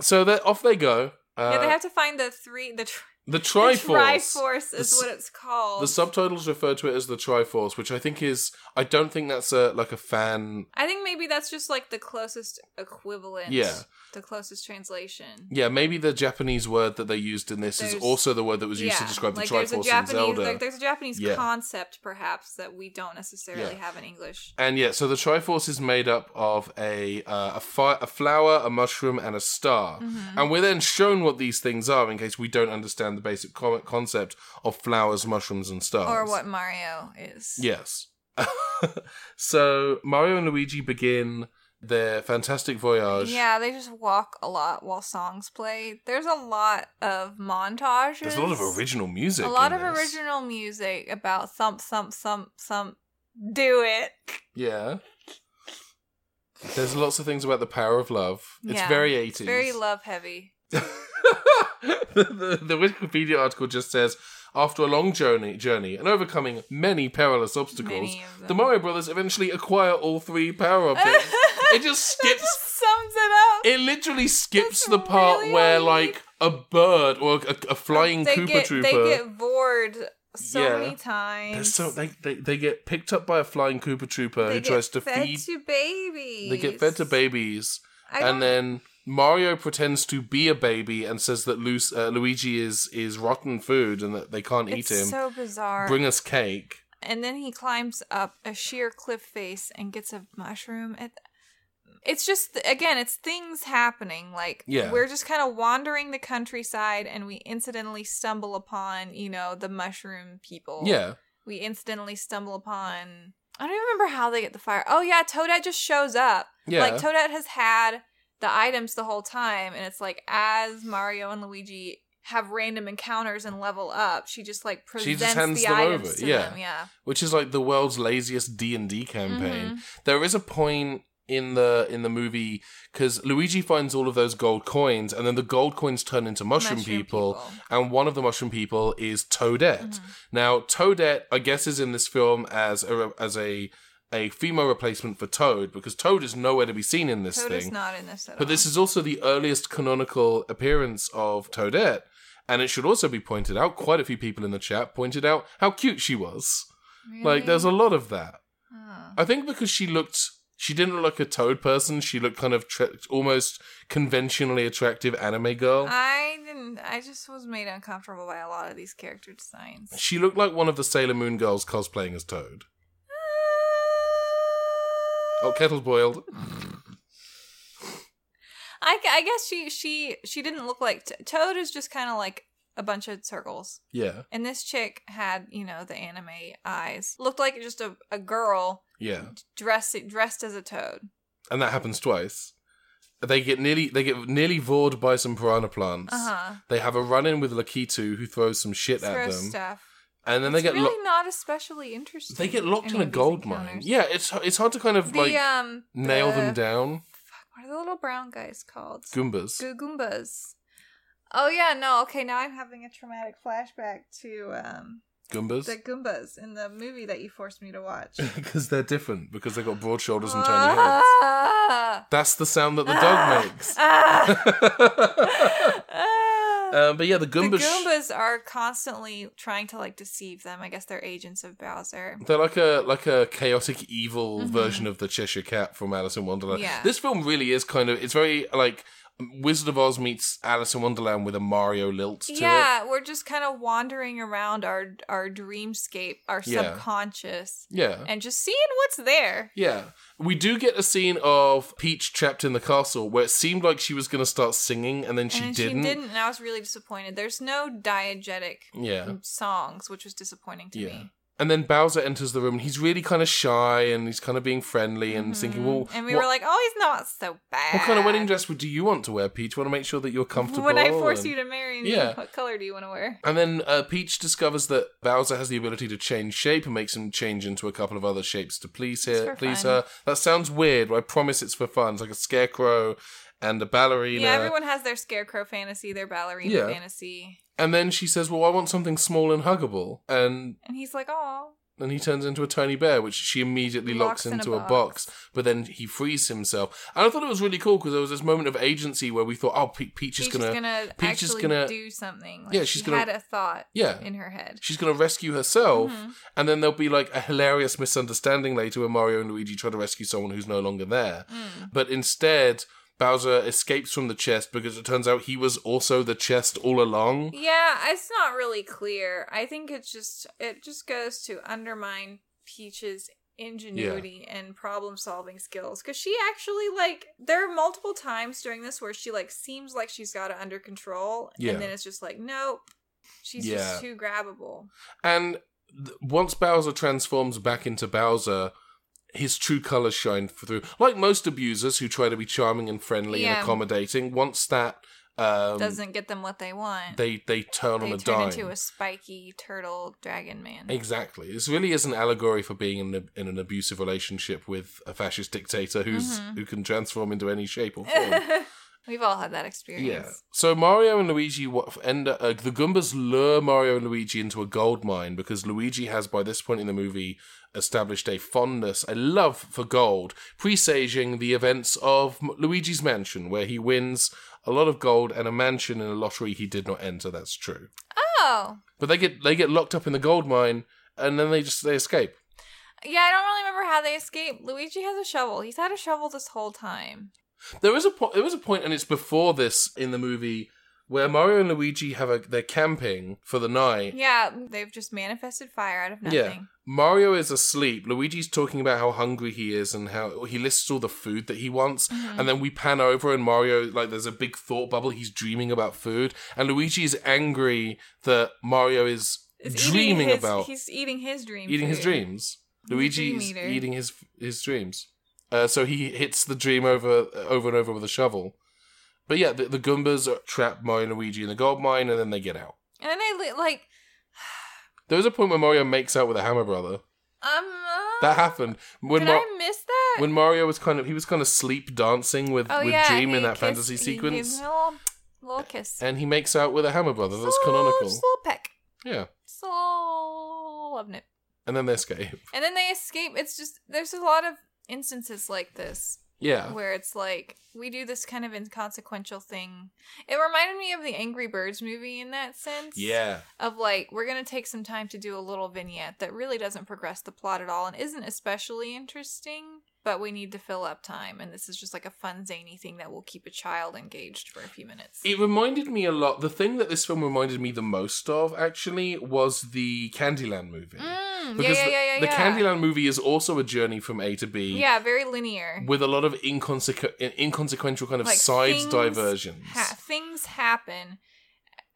[SPEAKER 1] So that off they go. Uh,
[SPEAKER 2] yeah, they have to find the three, the, tri-
[SPEAKER 1] the
[SPEAKER 2] the
[SPEAKER 1] Triforce.
[SPEAKER 2] Triforce is
[SPEAKER 1] The s-
[SPEAKER 2] what it's called.
[SPEAKER 1] The subtitles refer to it as the Triforce, which I think is. I don't think that's a like a fan.
[SPEAKER 2] I think maybe that's just like the closest equivalent.
[SPEAKER 1] Yeah.
[SPEAKER 2] The closest translation.
[SPEAKER 1] Yeah, maybe the Japanese word that they used in this is
[SPEAKER 2] There's-
[SPEAKER 1] also the word that was used to
[SPEAKER 2] Yeah,
[SPEAKER 1] describe
[SPEAKER 2] like
[SPEAKER 1] the
[SPEAKER 2] there's
[SPEAKER 1] Triforce
[SPEAKER 2] a
[SPEAKER 1] in
[SPEAKER 2] Japanese,
[SPEAKER 1] Zelda.
[SPEAKER 2] like, there's a Japanese
[SPEAKER 1] Yeah.
[SPEAKER 2] concept perhaps that we don't necessarily
[SPEAKER 1] Yeah.
[SPEAKER 2] have in English.
[SPEAKER 1] and yeah, so the Triforce is made up of a uh, a, fi- a flower, a mushroom, and a star.
[SPEAKER 2] Mm-hmm.
[SPEAKER 1] And we're then shown what these things are in case we don't understand the basic co- concept of flowers, mushrooms, and stars.
[SPEAKER 2] Or what Mario is.
[SPEAKER 1] Yes. so Mario and Luigi begin their fantastic voyage.
[SPEAKER 2] Yeah, they just walk a lot while songs play. There's a lot of montages.
[SPEAKER 1] There's a lot of original music.
[SPEAKER 2] A lot
[SPEAKER 1] in
[SPEAKER 2] of
[SPEAKER 1] this.
[SPEAKER 2] original music about thump thump thump thump. Do it.
[SPEAKER 1] Yeah. There's lots of things about the power of love. It's
[SPEAKER 2] Yeah,
[SPEAKER 1] very 80s.
[SPEAKER 2] It's very love heavy.
[SPEAKER 1] the, the, the Wikipedia article just says after a long journey, journey and overcoming many perilous obstacles,
[SPEAKER 2] Many of them.
[SPEAKER 1] the Mario Brothers eventually acquire all three power objects. it just
[SPEAKER 2] That
[SPEAKER 1] skips.
[SPEAKER 2] just sums it up.
[SPEAKER 1] It literally skips
[SPEAKER 2] That's
[SPEAKER 1] the part
[SPEAKER 2] really
[SPEAKER 1] where,
[SPEAKER 2] all you
[SPEAKER 1] like, a bird or a, a flying
[SPEAKER 2] they
[SPEAKER 1] Koopa
[SPEAKER 2] get
[SPEAKER 1] Trooper.
[SPEAKER 2] they get bored so
[SPEAKER 1] Yeah.
[SPEAKER 2] many
[SPEAKER 1] They're
[SPEAKER 2] times.
[SPEAKER 1] so they, they they get picked up by a flying Koopa Trooper
[SPEAKER 2] They
[SPEAKER 1] who
[SPEAKER 2] get
[SPEAKER 1] tries to
[SPEAKER 2] fed
[SPEAKER 1] feed.
[SPEAKER 2] to babies.
[SPEAKER 1] they get fed to babies,
[SPEAKER 2] I don't-
[SPEAKER 1] and then Mario pretends to be a baby and says that Lu- uh, Luigi is is rotten food and that they can't
[SPEAKER 2] It's
[SPEAKER 1] eat him.
[SPEAKER 2] so bizarre.
[SPEAKER 1] Bring us cake.
[SPEAKER 2] and then he climbs up a sheer cliff face and gets a mushroom at it's just again it's things happening like
[SPEAKER 1] Yeah.
[SPEAKER 2] we're just kind of wandering the countryside and we incidentally stumble upon you know the mushroom people
[SPEAKER 1] Yeah,
[SPEAKER 2] we incidentally stumble upon i don't even remember how they get the fire oh yeah toadette just shows up
[SPEAKER 1] yeah.
[SPEAKER 2] like toadette has had the items the whole time and it's like as mario and luigi have random encounters and level up she just like presents
[SPEAKER 1] She just hands
[SPEAKER 2] the
[SPEAKER 1] them
[SPEAKER 2] items
[SPEAKER 1] over,
[SPEAKER 2] to
[SPEAKER 1] yeah.
[SPEAKER 2] them yeah
[SPEAKER 1] Which is like the world's laziest D and D campaign.
[SPEAKER 2] Mm-hmm.
[SPEAKER 1] There is a point in the in the movie because Luigi finds all of those gold coins, and then the gold coins turn into mushroom,
[SPEAKER 2] Mushroom
[SPEAKER 1] people,
[SPEAKER 2] people. Mm-hmm.
[SPEAKER 1] and one of the mushroom people is Toadette. Now, Toadette, I guess, is in this film as a as a a female replacement for Toad because Toad is nowhere to be seen in this
[SPEAKER 2] Toad
[SPEAKER 1] thing.
[SPEAKER 2] is not in this at all.
[SPEAKER 1] But this is also the earliest canonical appearance of Toadette. And it should also be pointed out, quite a few people in the chat pointed out how cute she was. Like, there's a Oh. lot of that.
[SPEAKER 2] Huh.
[SPEAKER 1] I think because she looked, she didn't look like a toad person. She looked kind of tra- almost conventionally attractive anime girl.
[SPEAKER 2] I didn't. I just was made uncomfortable by a lot of these character designs.
[SPEAKER 1] she looked like one of the Sailor Moon girls cosplaying as Toad. Oh, kettle's boiled.
[SPEAKER 2] I, gu- I guess she she she didn't look like t- Toad is just kind of like a bunch of circles.
[SPEAKER 1] Yeah,
[SPEAKER 2] And this chick had you know the anime eyes. Looked like just a, a girl
[SPEAKER 1] yeah.
[SPEAKER 2] dressed dressed as a toad.
[SPEAKER 1] And that happens twice. They get nearly, they get nearly vored by some piranha plants.
[SPEAKER 2] Uh huh.
[SPEAKER 1] They have a run in with Lakitu, who throws some shit at
[SPEAKER 2] Throw
[SPEAKER 1] them,
[SPEAKER 2] stuff.
[SPEAKER 1] and then they
[SPEAKER 2] It's
[SPEAKER 1] get
[SPEAKER 2] really
[SPEAKER 1] lo-
[SPEAKER 2] not especially interesting.
[SPEAKER 1] they get locked
[SPEAKER 2] any
[SPEAKER 1] in a
[SPEAKER 2] of these
[SPEAKER 1] gold mine.
[SPEAKER 2] encounters.
[SPEAKER 1] Yeah, it's it's hard to kind of
[SPEAKER 2] The
[SPEAKER 1] like
[SPEAKER 2] um
[SPEAKER 1] nail them
[SPEAKER 2] the-
[SPEAKER 1] down.
[SPEAKER 2] What are the little brown guys called?
[SPEAKER 1] Goombas.
[SPEAKER 2] Goo- Goombas. Oh yeah, no, okay, now I'm having a traumatic flashback to um
[SPEAKER 1] Goombas.
[SPEAKER 2] the Goombas in the movie that you forced me to watch.
[SPEAKER 1] Because they're different. Because they've got broad shoulders and tiny heads.
[SPEAKER 2] Ah,
[SPEAKER 1] That's the sound that the dog makes.
[SPEAKER 2] ah, ah.
[SPEAKER 1] um, but yeah, the
[SPEAKER 2] the
[SPEAKER 1] Goombas.
[SPEAKER 2] Goombas are constantly trying to like deceive them. I guess they're agents of Bowser.
[SPEAKER 1] they're like a like a chaotic evil
[SPEAKER 2] Mhm.
[SPEAKER 1] version of the Cheshire Cat from Alice in Wonderland.
[SPEAKER 2] Yeah.
[SPEAKER 1] This film really is kind of it's very like Wizard of Oz meets Alice in Wonderland with a Mario lilt to it.
[SPEAKER 2] Yeah, we're just kind of wandering around our our dreamscape, our
[SPEAKER 1] Yeah.
[SPEAKER 2] subconscious,
[SPEAKER 1] Yeah.
[SPEAKER 2] and just seeing what's there.
[SPEAKER 1] Yeah. We do get a scene of Peach trapped in the castle where it seemed like she was going to start singing and then she,
[SPEAKER 2] and
[SPEAKER 1] didn't.
[SPEAKER 2] she didn't, and I was really disappointed. There's no diegetic
[SPEAKER 1] Yeah.
[SPEAKER 2] songs, which was disappointing to
[SPEAKER 1] Yeah.
[SPEAKER 2] me.
[SPEAKER 1] And then Bowser enters the room and he's really kind of shy and he's kind of being friendly and thinking, well,
[SPEAKER 2] Mm-hmm. and we
[SPEAKER 1] what,
[SPEAKER 2] were like, "Oh, he's not so bad."
[SPEAKER 1] what kind of wedding dress would do you want to wear, Peach? Want to make sure that you're comfortable.
[SPEAKER 2] When I force
[SPEAKER 1] and-
[SPEAKER 2] you to marry me,
[SPEAKER 1] Yeah.
[SPEAKER 2] what color do you want to wear?
[SPEAKER 1] And then uh, Peach discovers that Bowser has the ability to change shape and makes him change into a couple of other shapes to please
[SPEAKER 2] It's
[SPEAKER 1] her.
[SPEAKER 2] for
[SPEAKER 1] Please
[SPEAKER 2] fun.
[SPEAKER 1] her. That sounds weird, but I promise it's for fun. It's like a scarecrow and a ballerina.
[SPEAKER 2] yeah, everyone has their scarecrow fantasy, their ballerina
[SPEAKER 1] Yeah.
[SPEAKER 2] fantasy,
[SPEAKER 1] And then she says, "Well, I want something small and huggable." And
[SPEAKER 2] and he's like, "Oh,
[SPEAKER 1] and he turns into a tiny bear, which she immediately
[SPEAKER 2] He
[SPEAKER 1] locks
[SPEAKER 2] locks in a
[SPEAKER 1] into a box.
[SPEAKER 2] box.
[SPEAKER 1] But then he frees himself. And I thought it was really cool because there was this moment of agency where we thought, "Oh, Pe- Peach is
[SPEAKER 2] she's
[SPEAKER 1] gonna."
[SPEAKER 2] gonna,
[SPEAKER 1] Peach is
[SPEAKER 2] actually
[SPEAKER 1] gonna-
[SPEAKER 2] do something." Like,
[SPEAKER 1] Yeah, she's
[SPEAKER 2] she
[SPEAKER 1] gonna-
[SPEAKER 2] had a thought
[SPEAKER 1] Yeah.
[SPEAKER 2] in her head.
[SPEAKER 1] She's going to rescue herself,
[SPEAKER 2] Mhm.
[SPEAKER 1] and then there'll be like a hilarious misunderstanding later where Mario and Luigi try to rescue someone who's no longer there.
[SPEAKER 2] Mm.
[SPEAKER 1] But instead, Bowser escapes from the chest because it turns out he was also the chest all along.
[SPEAKER 2] Yeah, it's not really clear. I think it's just it just goes to undermine Peach's ingenuity and problem solving skills because she actually like there are multiple times during this where she like seems like she's got it under control
[SPEAKER 1] Yeah.
[SPEAKER 2] and then it's just like nope she's
[SPEAKER 1] Yeah.
[SPEAKER 2] just too grabbable
[SPEAKER 1] And th- once Bowser transforms back into Bowser, his true colors shine through. Like most abusers who try to be charming and friendly and
[SPEAKER 2] Yeah.
[SPEAKER 1] accommodating, once that um,
[SPEAKER 2] doesn't get them what they want they,
[SPEAKER 1] they they turn on a
[SPEAKER 2] turn
[SPEAKER 1] dime.
[SPEAKER 2] into a spiky turtle dragon man
[SPEAKER 1] Exactly. This really is an allegory for being in, a, in an abusive relationship with a fascist dictator who's
[SPEAKER 2] Mhm.
[SPEAKER 1] who can transform into any shape or form.
[SPEAKER 2] we've all had that experience
[SPEAKER 1] yeah. So Mario and Luigi wa- end up, uh, the Goombas lure Mario and Luigi into a gold mine because Luigi has by this point in the movie established a fondness, a love for gold, presaging the events of M- Luigi's Mansion where he wins a lot of gold and a mansion in a lottery he did not enter. That's true.
[SPEAKER 2] oh
[SPEAKER 1] But they get they get locked up in the gold mine and then they just they escape.
[SPEAKER 2] Yeah, I don't really remember how they escaped. Luigi has a shovel. He's had a shovel this whole time.
[SPEAKER 1] There is a po- there was a point, and it's before this in the movie where Mario and Luigi have a they're camping for the night.
[SPEAKER 2] Yeah, they've just manifested fire out of nothing.
[SPEAKER 1] Yeah. Mario is asleep. Luigi's talking about how hungry he is and how he lists all the food that he wants.
[SPEAKER 2] Mm-hmm.
[SPEAKER 1] And then we pan over, and Mario like there's a big thought bubble. He's dreaming about food, and Luigi is angry that Mario is
[SPEAKER 2] It's eating
[SPEAKER 1] dreaming
[SPEAKER 2] his-
[SPEAKER 1] about
[SPEAKER 2] He's eating his dream.
[SPEAKER 1] eating his
[SPEAKER 2] food.
[SPEAKER 1] dreams.
[SPEAKER 2] a
[SPEAKER 1] Luigi
[SPEAKER 2] dream
[SPEAKER 1] is
[SPEAKER 2] eater.
[SPEAKER 1] eating his his dreams. Uh, so he hits the dream over over and over with a shovel. But yeah, the, the Goombas are- trap Mario and Luigi in the gold mine, and then they get out.
[SPEAKER 2] And then they li- like
[SPEAKER 1] There was a point where Mario makes out with a hammer brother.
[SPEAKER 2] um
[SPEAKER 1] That happened when
[SPEAKER 2] Did
[SPEAKER 1] Mar-
[SPEAKER 2] I miss that?
[SPEAKER 1] when Mario was kind of he was kind of sleep dancing with
[SPEAKER 2] oh
[SPEAKER 1] with
[SPEAKER 2] yeah,
[SPEAKER 1] Dream
[SPEAKER 2] he
[SPEAKER 1] in that
[SPEAKER 2] kissed-
[SPEAKER 1] fantasy
[SPEAKER 2] he gave
[SPEAKER 1] sequence,
[SPEAKER 2] him a little, little kiss.
[SPEAKER 1] and he makes out with a hammer brother. That's
[SPEAKER 2] Just a little-
[SPEAKER 1] canonical.
[SPEAKER 2] Just a little peck.
[SPEAKER 1] Yeah,
[SPEAKER 2] Just a little love nip.
[SPEAKER 1] and then they escape.
[SPEAKER 2] And then they escape. It's just there's a lot of instances like this.
[SPEAKER 1] Yeah,
[SPEAKER 2] where it's like we do this kind of inconsequential thing. It reminded me of the Angry Birds movie in that sense.
[SPEAKER 1] yeah,
[SPEAKER 2] Of like we're going to take some time to do a little vignette that really doesn't progress the plot at all and isn't especially interesting, but we need to fill up time and this is just like a fun zany thing that will keep a child engaged for a few minutes.
[SPEAKER 1] It reminded me a lot. The thing that this film reminded me the most of, actually, was the Candyland movie.
[SPEAKER 2] Mm, yeah, yeah,
[SPEAKER 1] the,
[SPEAKER 2] yeah, yeah.
[SPEAKER 1] the
[SPEAKER 2] yeah.
[SPEAKER 1] Candyland movie is also a journey from A to B.
[SPEAKER 2] Yeah, very linear.
[SPEAKER 1] With a lot of inconsequ- inconsequential kind of
[SPEAKER 2] Like,
[SPEAKER 1] side
[SPEAKER 2] things
[SPEAKER 1] diversions.
[SPEAKER 2] ha- things happen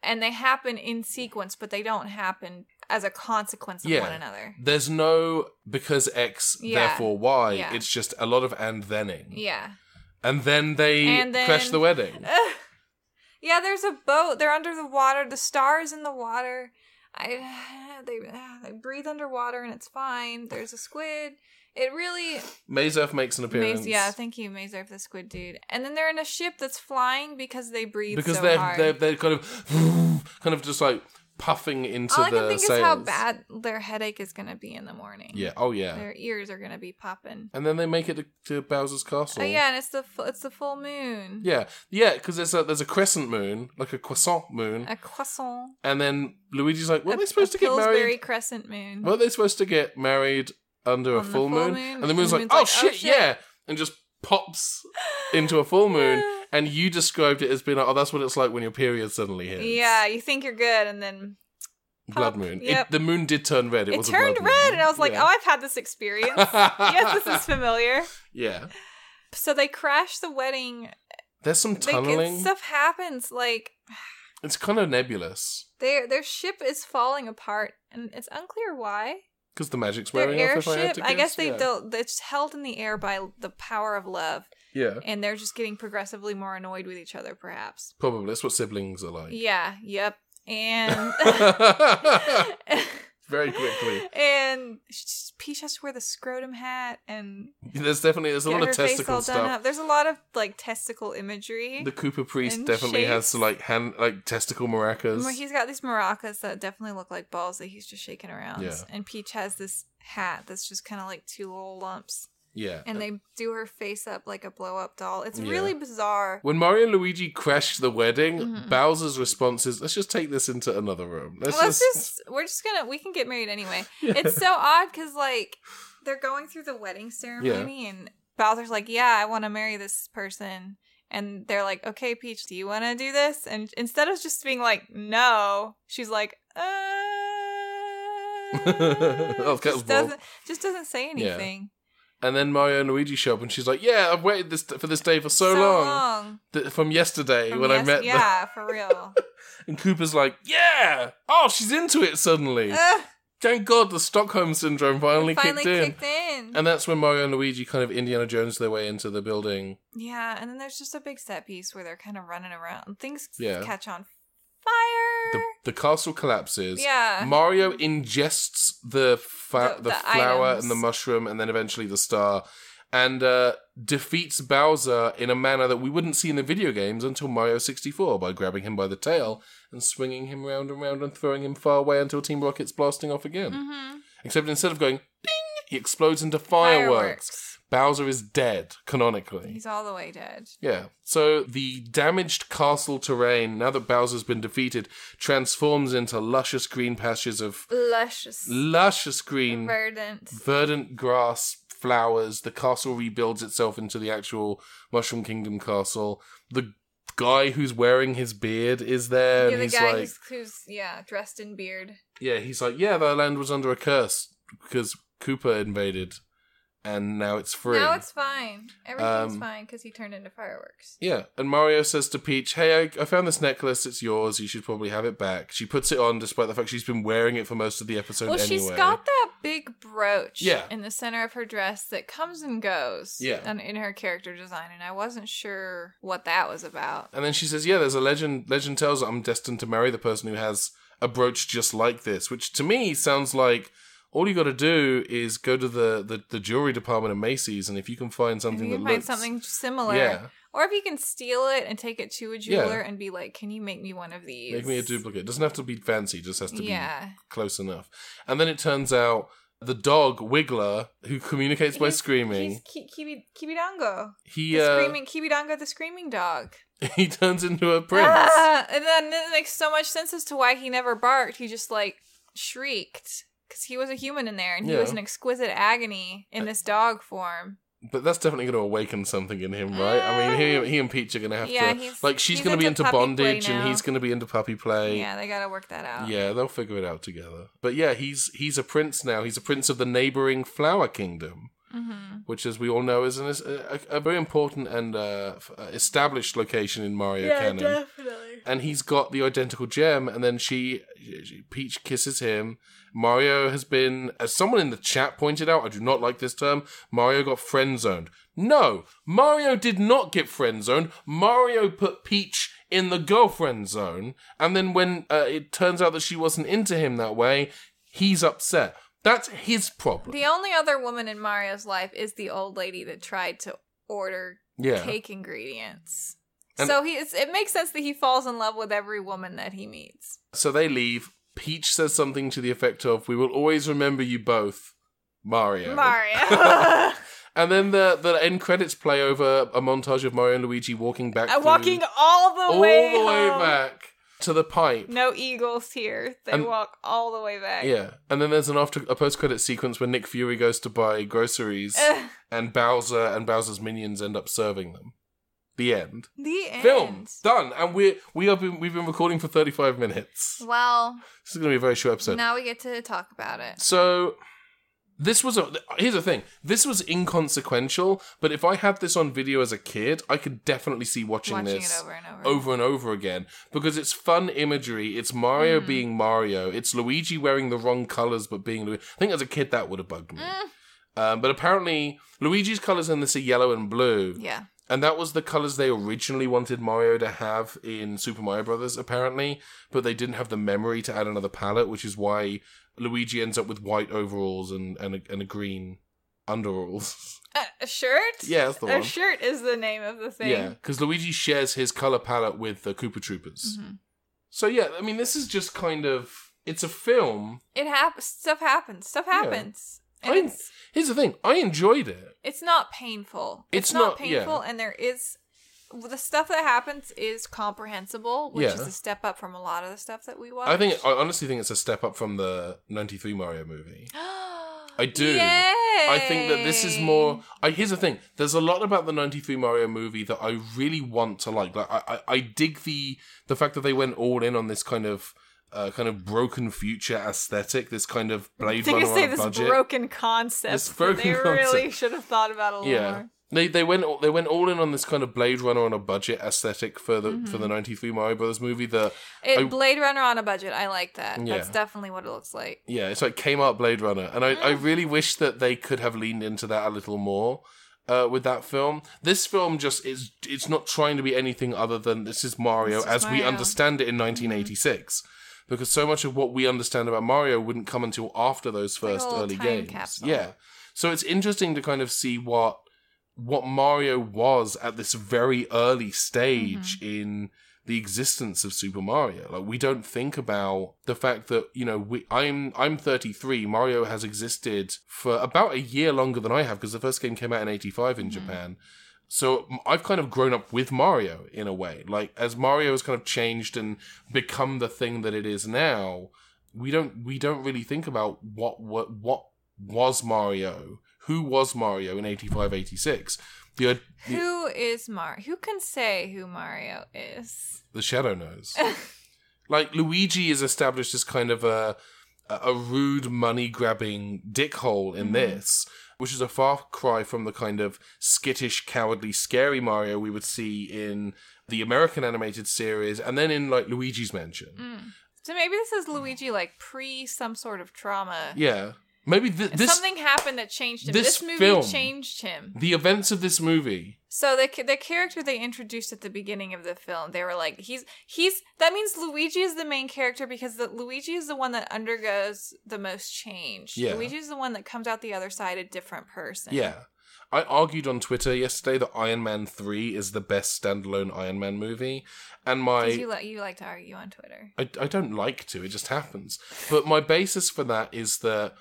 [SPEAKER 2] and they happen in sequence but they don't happen as a consequence of
[SPEAKER 1] Yeah.
[SPEAKER 2] one another
[SPEAKER 1] There's no because X,
[SPEAKER 2] Yeah.
[SPEAKER 1] therefore Y.
[SPEAKER 2] Yeah.
[SPEAKER 1] It's just a lot of and thening.
[SPEAKER 2] yeah
[SPEAKER 1] And then they
[SPEAKER 2] And then-
[SPEAKER 1] crash the wedding.
[SPEAKER 2] Ugh. yeah there's a boat they're under the water the stars in the water i they, they breathe underwater and it's fine there's a squid it really
[SPEAKER 1] Mazef makes an appearance.
[SPEAKER 2] Maze, yeah thank you Mazer for the squid dude and then they're in a ship that's flying because they breathe
[SPEAKER 1] because
[SPEAKER 2] so
[SPEAKER 1] they're,
[SPEAKER 2] hard.
[SPEAKER 1] they're they're kind of kind of just like puffing into
[SPEAKER 2] all i
[SPEAKER 1] the
[SPEAKER 2] can think
[SPEAKER 1] sails.
[SPEAKER 2] is how bad their headache is going to be in the morning
[SPEAKER 1] Yeah. Oh yeah.
[SPEAKER 2] their ears are going to be popping
[SPEAKER 1] And then they make it to, to Bowser's castle.
[SPEAKER 2] Oh yeah, and it's the fu- it's the full moon.
[SPEAKER 1] Yeah, yeah, because there's a there's a crescent moon, like a croissant moon,
[SPEAKER 2] A croissant.
[SPEAKER 1] and then Luigi's like, "Weren't
[SPEAKER 2] a,
[SPEAKER 1] they supposed
[SPEAKER 2] a
[SPEAKER 1] to get
[SPEAKER 2] Pillsbury
[SPEAKER 1] married?
[SPEAKER 2] crescent moon.
[SPEAKER 1] Weren't they supposed to get married under a
[SPEAKER 2] On the
[SPEAKER 1] full
[SPEAKER 2] full
[SPEAKER 1] moon?"
[SPEAKER 2] moon?
[SPEAKER 1] And the moon's,
[SPEAKER 2] And the
[SPEAKER 1] like,
[SPEAKER 2] moon's
[SPEAKER 1] oh,
[SPEAKER 2] like, "Oh,
[SPEAKER 1] shit,
[SPEAKER 2] shit."
[SPEAKER 1] yeah," and just pops into a full moon.
[SPEAKER 2] Yeah.
[SPEAKER 1] and you described it as being, like, "Oh, that's what it's like when your period suddenly hits."
[SPEAKER 2] Yeah, you think you're good, and then
[SPEAKER 1] blood
[SPEAKER 2] pop,
[SPEAKER 1] moon.
[SPEAKER 2] yep.
[SPEAKER 1] It, the moon did turn red. It,
[SPEAKER 2] it
[SPEAKER 1] was
[SPEAKER 2] turned
[SPEAKER 1] a blood
[SPEAKER 2] red,
[SPEAKER 1] moon.
[SPEAKER 2] and I was like,
[SPEAKER 1] yeah.
[SPEAKER 2] "Oh, I've had this experience. yes, this is familiar."
[SPEAKER 1] yeah.
[SPEAKER 2] So they crash the wedding.
[SPEAKER 1] There's some
[SPEAKER 2] They,
[SPEAKER 1] tunneling.
[SPEAKER 2] it's- stuff happens. Like
[SPEAKER 1] it's kind of nebulous.
[SPEAKER 2] their their ship is falling apart, and it's unclear why.
[SPEAKER 1] Because the magic's
[SPEAKER 2] Their
[SPEAKER 1] wearing off. If I, had
[SPEAKER 2] airship,
[SPEAKER 1] to
[SPEAKER 2] I guess they
[SPEAKER 1] yeah.
[SPEAKER 2] don't. It's held in the air by the power of love,
[SPEAKER 1] Yeah,
[SPEAKER 2] and they're just getting progressively more annoyed with each other, perhaps.
[SPEAKER 1] probably that's what siblings are like.
[SPEAKER 2] Yeah. Yep. And
[SPEAKER 1] Very quickly.
[SPEAKER 2] and she's- Peach has to wear the scrotum hat and
[SPEAKER 1] There's definitely there's a
[SPEAKER 2] get
[SPEAKER 1] lot
[SPEAKER 2] her
[SPEAKER 1] of
[SPEAKER 2] face all
[SPEAKER 1] testicle
[SPEAKER 2] done
[SPEAKER 1] stuff.
[SPEAKER 2] up. There's a lot of like testicle imagery.
[SPEAKER 1] The Cooper priest
[SPEAKER 2] And
[SPEAKER 1] definitely has
[SPEAKER 2] shapes.
[SPEAKER 1] like hand like testicle maracas.
[SPEAKER 2] Well, he's got these maracas that definitely look like balls that he's just shaking around.
[SPEAKER 1] Yeah.
[SPEAKER 2] And Peach has this hat that's just kind of like two little lumps.
[SPEAKER 1] yeah.
[SPEAKER 2] And they do her face up like a blow up doll. It's
[SPEAKER 1] Uh, Yeah.
[SPEAKER 2] really bizarre.
[SPEAKER 1] when Mario and Luigi crash the wedding,
[SPEAKER 2] Mhm.
[SPEAKER 1] Bowser's response is, "Let's just take this into another room. Let's,
[SPEAKER 2] Well, Let's
[SPEAKER 1] just,
[SPEAKER 2] just, we're just gonna, we can get married anyway.
[SPEAKER 1] Yeah.
[SPEAKER 2] It's so odd because, like, they're going through the wedding ceremony and Bowser's like, yeah, I want to marry this person. And they're like, okay, Peach, do you want to do this? And instead of just being like, no, she's like, uh.
[SPEAKER 1] Oh, that was
[SPEAKER 2] just, doesn't, just doesn't say
[SPEAKER 1] Yeah.
[SPEAKER 2] anything.
[SPEAKER 1] And then Mario and Luigi show up, and she's like, "Yeah, I've waited this for this day for so, Th- from yesterday
[SPEAKER 2] From
[SPEAKER 1] when I
[SPEAKER 2] yes-
[SPEAKER 1] met." them.
[SPEAKER 2] yeah, for real.
[SPEAKER 1] And Cooper's like, "Yeah, oh, she's into it suddenly.
[SPEAKER 2] Ugh,
[SPEAKER 1] Thank God the Stockholm syndrome finally,
[SPEAKER 2] Uh, finally
[SPEAKER 1] kicked in."
[SPEAKER 2] kicked in.
[SPEAKER 1] And that's when Mario and Luigi kind of Indiana Jones their way into the building.
[SPEAKER 2] Yeah, and then there's just a big set piece where they're kind of running around. Things
[SPEAKER 1] Yeah.
[SPEAKER 2] catch on
[SPEAKER 1] The,
[SPEAKER 2] fire.
[SPEAKER 1] the castle collapses.
[SPEAKER 2] yeah.
[SPEAKER 1] Mario ingests the fa-
[SPEAKER 2] The-
[SPEAKER 1] the,
[SPEAKER 2] the
[SPEAKER 1] flower
[SPEAKER 2] items.
[SPEAKER 1] and the mushroom, and then eventually the star, and uh, defeats Bowser in a manner that we wouldn't see in the video games until Mario 64 by grabbing him by the tail and swinging him round and round and throwing him far away until Team Rocket's blasting off again.
[SPEAKER 2] Mhm.
[SPEAKER 1] Except instead of going ding, he explodes into fireworks. Bowser is dead canonically.
[SPEAKER 2] He's all the way dead.
[SPEAKER 1] Yeah. So the damaged castle terrain, now that Bowser's been defeated, transforms into luscious green pastures of
[SPEAKER 2] Luscious,
[SPEAKER 1] luscious green,
[SPEAKER 2] verdant.
[SPEAKER 1] verdant grass, flowers. The castle rebuilds itself into the actual Mushroom Kingdom castle. The guy who's wearing his beard is there. and
[SPEAKER 2] You're the
[SPEAKER 1] he's
[SPEAKER 2] guy
[SPEAKER 1] like,
[SPEAKER 2] who's, who's yeah dressed in beard.
[SPEAKER 1] yeah, he's like, yeah, that land was under a curse because Koopa invaded, and now it's free.
[SPEAKER 2] Now it's fine. Everything's
[SPEAKER 1] Um,
[SPEAKER 2] fine because he turned into fireworks.
[SPEAKER 1] Yeah, and Mario says to Peach, "Hey, I, I found this necklace. It's yours. You should probably have it back." She puts it on, despite the fact she's been wearing it for most of the episode.
[SPEAKER 2] Well,
[SPEAKER 1] anyway.
[SPEAKER 2] she's got that big brooch
[SPEAKER 1] Yeah.
[SPEAKER 2] in the center of her dress that comes and goes
[SPEAKER 1] Yeah.
[SPEAKER 2] on- in her character design, and I wasn't sure what that was about.
[SPEAKER 1] And then she says, "Yeah, there's a legend. Legend tells I'm destined to marry the person who has a brooch just like this." Which to me sounds like all you got to do is go to the, the the jewelry department at Macy's, and if you can find
[SPEAKER 2] If
[SPEAKER 1] something
[SPEAKER 2] you can
[SPEAKER 1] that
[SPEAKER 2] find
[SPEAKER 1] looks
[SPEAKER 2] something similar,
[SPEAKER 1] yeah,
[SPEAKER 2] or if you can steal it and take it to a
[SPEAKER 1] Yeah.
[SPEAKER 2] jeweler and be like, "Can you make me one of these?"
[SPEAKER 1] make me a duplicate. Doesn't have to be fancy. Just has to be
[SPEAKER 2] Yeah,
[SPEAKER 1] close enough. And then it turns out the dog Wiggler, who communicates by
[SPEAKER 2] He's-
[SPEAKER 1] screaming,
[SPEAKER 2] He's ki- kibi- Kibidango,
[SPEAKER 1] he
[SPEAKER 2] the
[SPEAKER 1] uh,
[SPEAKER 2] screaming Kibidango, the screaming dog.
[SPEAKER 1] he turns into a prince.
[SPEAKER 2] Ah! and then it makes so much sense as to why he never barked. He just like shrieked because he was a human in there, and he was
[SPEAKER 1] Yeah.
[SPEAKER 2] in exquisite agony in this dog form.
[SPEAKER 1] But that's definitely going to awaken something in him, right? I mean, he, he and Peach are going to have
[SPEAKER 2] Yeah,
[SPEAKER 1] to.
[SPEAKER 2] he's-
[SPEAKER 1] Like, she's
[SPEAKER 2] he's
[SPEAKER 1] going to be
[SPEAKER 2] into
[SPEAKER 1] into
[SPEAKER 2] puppy play
[SPEAKER 1] bondage and
[SPEAKER 2] now.
[SPEAKER 1] he's going to be into puppy play.
[SPEAKER 2] yeah, they gotta work that out.
[SPEAKER 1] Yeah, they'll figure it out together. But yeah, he's he's a prince now. He's a prince of the neighboring flower kingdom,
[SPEAKER 2] hmm
[SPEAKER 1] which, as we all know, is an, a, a very important and uh, f- uh, established location in Mario canon.
[SPEAKER 2] definitely.
[SPEAKER 1] and he's got the identical gem and then she peach kisses him mario has been as someone in the chat pointed out i do not like this term mario got friend zoned no mario did not get friend zoned mario put peach in the girlfriend zone and then when uh, it turns out that she wasn't into him that way he's upset that's his problem
[SPEAKER 2] The only other woman in Mario's life is the old lady that tried to order
[SPEAKER 1] yeah
[SPEAKER 2] cake ingredients.
[SPEAKER 1] And-
[SPEAKER 2] so he it's, it makes sense that he falls in love with every woman that he meets.
[SPEAKER 1] So they leave. Peach says something to the effect of, "We will always remember you both, Mario."
[SPEAKER 2] Mario.
[SPEAKER 1] and then the the end credits play over a montage of Mario and Luigi walking back,
[SPEAKER 2] I'm
[SPEAKER 1] through-
[SPEAKER 2] walking all the
[SPEAKER 1] all
[SPEAKER 2] way
[SPEAKER 1] the way
[SPEAKER 2] home.
[SPEAKER 1] back to the pipe.
[SPEAKER 2] No eagles here. They
[SPEAKER 1] And-
[SPEAKER 2] walk all the way back.
[SPEAKER 1] Yeah, and then there's an after a post credit sequence where Nick Fury goes to buy groceries,
[SPEAKER 2] Ugh,
[SPEAKER 1] and Bowser and Bowser's minions end up serving them. The end.
[SPEAKER 2] the end.
[SPEAKER 1] Film done, and we we have been we've been recording for 35 minutes.
[SPEAKER 2] Well,
[SPEAKER 1] This is going to be a very short episode.
[SPEAKER 2] now we get to talk about it.
[SPEAKER 1] So This was a here's the thing. This was inconsequential, but if I had this on video as a kid, I could definitely see watching,
[SPEAKER 2] Watching it
[SPEAKER 1] this
[SPEAKER 2] over and over.
[SPEAKER 1] over and over again because it's fun imagery. It's Mario being Mario. It's Luigi wearing the wrong colors but being Luigi. I think as a kid that would have bugged me. Um, but apparently Luigi's colors in this are yellow and blue.
[SPEAKER 2] Yeah.
[SPEAKER 1] And that was the colors they originally wanted Mario to have in Super Mario Brothers, apparently, but they didn't have the memory to add another palette, which is why Luigi ends up with white overalls and and a, and a green underalls.
[SPEAKER 2] Uh, a shirt?
[SPEAKER 1] yeah, that's the
[SPEAKER 2] A
[SPEAKER 1] one.
[SPEAKER 2] shirt is the name of the thing.
[SPEAKER 1] Yeah, because Luigi shares his color palette with the Koopa Troopers.
[SPEAKER 2] Mhm.
[SPEAKER 1] So yeah, I mean, this is just kind of it's a film.
[SPEAKER 2] It happens. Stuff happens. Stuff happens. And
[SPEAKER 1] I-
[SPEAKER 2] it's
[SPEAKER 1] Here's the thing: I enjoyed it.
[SPEAKER 2] it's not painful. It's,
[SPEAKER 1] It's
[SPEAKER 2] not,
[SPEAKER 1] not- yeah.
[SPEAKER 2] painful, and there is the stuff that happens is comprehensible, which is
[SPEAKER 1] Yeah.
[SPEAKER 2] a step up from a lot of the stuff that we watch.
[SPEAKER 1] I think I honestly think it's a step up from the '93 Mario movie. I do.
[SPEAKER 2] Yay!
[SPEAKER 1] I think that this is more. I, here's the thing: there's a lot about the '93 Mario movie that I really want to like. Like, I, I, I dig the the fact that they went all in on this kind of uh, kind of broken future aesthetic. This kind of
[SPEAKER 2] I
[SPEAKER 1] Blade
[SPEAKER 2] think
[SPEAKER 1] Runner
[SPEAKER 2] I say
[SPEAKER 1] on a
[SPEAKER 2] this
[SPEAKER 1] budget.
[SPEAKER 2] broken concept.
[SPEAKER 1] This
[SPEAKER 2] that
[SPEAKER 1] broken
[SPEAKER 2] they really
[SPEAKER 1] concept.
[SPEAKER 2] should have thought about a little
[SPEAKER 1] yeah.
[SPEAKER 2] more.
[SPEAKER 1] They, they went all, they went all in on this kind of Blade Runner on a budget aesthetic for the for
[SPEAKER 2] Mm-hmm.
[SPEAKER 1] the '93 Mario Brothers movie. The
[SPEAKER 2] It
[SPEAKER 1] I-
[SPEAKER 2] Blade Runner on a budget. I like that.
[SPEAKER 1] Yeah.
[SPEAKER 2] That's definitely what it looks like.
[SPEAKER 1] yeah, it's like Kmart Blade Runner, and I, I really wish that they could have leaned into that a little more uh, with that film. This film just is it's not trying to be anything other than this is Mario
[SPEAKER 2] This is
[SPEAKER 1] as we
[SPEAKER 2] Mario. Mm-hmm.
[SPEAKER 1] understand it in 1986, because so much of what we understand about Mario wouldn't come until after those
[SPEAKER 2] like a
[SPEAKER 1] first
[SPEAKER 2] little
[SPEAKER 1] early
[SPEAKER 2] time
[SPEAKER 1] games.
[SPEAKER 2] capsule.
[SPEAKER 1] Yeah, so it's interesting to kind of see what what Mario was at this very early stage
[SPEAKER 2] Mm-hmm.
[SPEAKER 1] in the existence of Super Mario. Like we don't think about the fact that, you know, we I'm I'm 33, Mario has existed for about a year longer than I have because the first game came out in 85 in
[SPEAKER 2] Mm-hmm.
[SPEAKER 1] Japan. So m- I've kind of grown up with Mario in a way. Like as Mario has kind of changed and become the thing that it is now, we don't we don't really think about what what what was Mario? Who was Mario in 85 86? The, uh, the
[SPEAKER 2] Who is Mario? Who can say who Mario is?
[SPEAKER 1] the shadow knows. like Luigi is established as kind of a a rude money grabbing dickhole
[SPEAKER 2] Mm-hmm.
[SPEAKER 1] in this, which is a far cry from the kind of skittish, cowardly, scary Mario we would see in the American animated series, and then in like Luigi's Mansion.
[SPEAKER 2] Mm. So maybe this is Luigi, like pre some sort of trauma.
[SPEAKER 1] Yeah, maybe th-
[SPEAKER 2] And
[SPEAKER 1] this
[SPEAKER 2] Something happened that changed him. This,
[SPEAKER 1] this
[SPEAKER 2] movie
[SPEAKER 1] film-
[SPEAKER 2] changed him.
[SPEAKER 1] the events of this movie.
[SPEAKER 2] So the ca- the character they introduced at the beginning of the film, they were like, he's he's that means Luigi is the main character because the, Luigi is the one that undergoes the most change.
[SPEAKER 1] Yeah.
[SPEAKER 2] Luigi is the one that comes out the other side a different person.
[SPEAKER 1] Yeah. I argued on Twitter yesterday that Iron Man 3 is the best standalone Iron Man movie, and my
[SPEAKER 2] 'Cause you li- you like to argue on Twitter.
[SPEAKER 1] I, I don't like to, it just happens. But my basis for that is that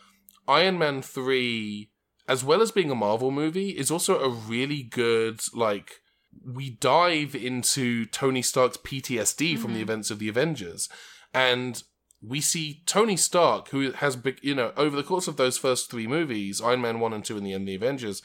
[SPEAKER 1] Iron Man 3, as well as being a Marvel movie, is also a really good, like, we dive into Tony Stark's PTSD from the events of the Avengers. And we see Tony Stark, who has, be- you know, over the course of those first three movies, Iron Man 1 and 2, and the end, the Avengers,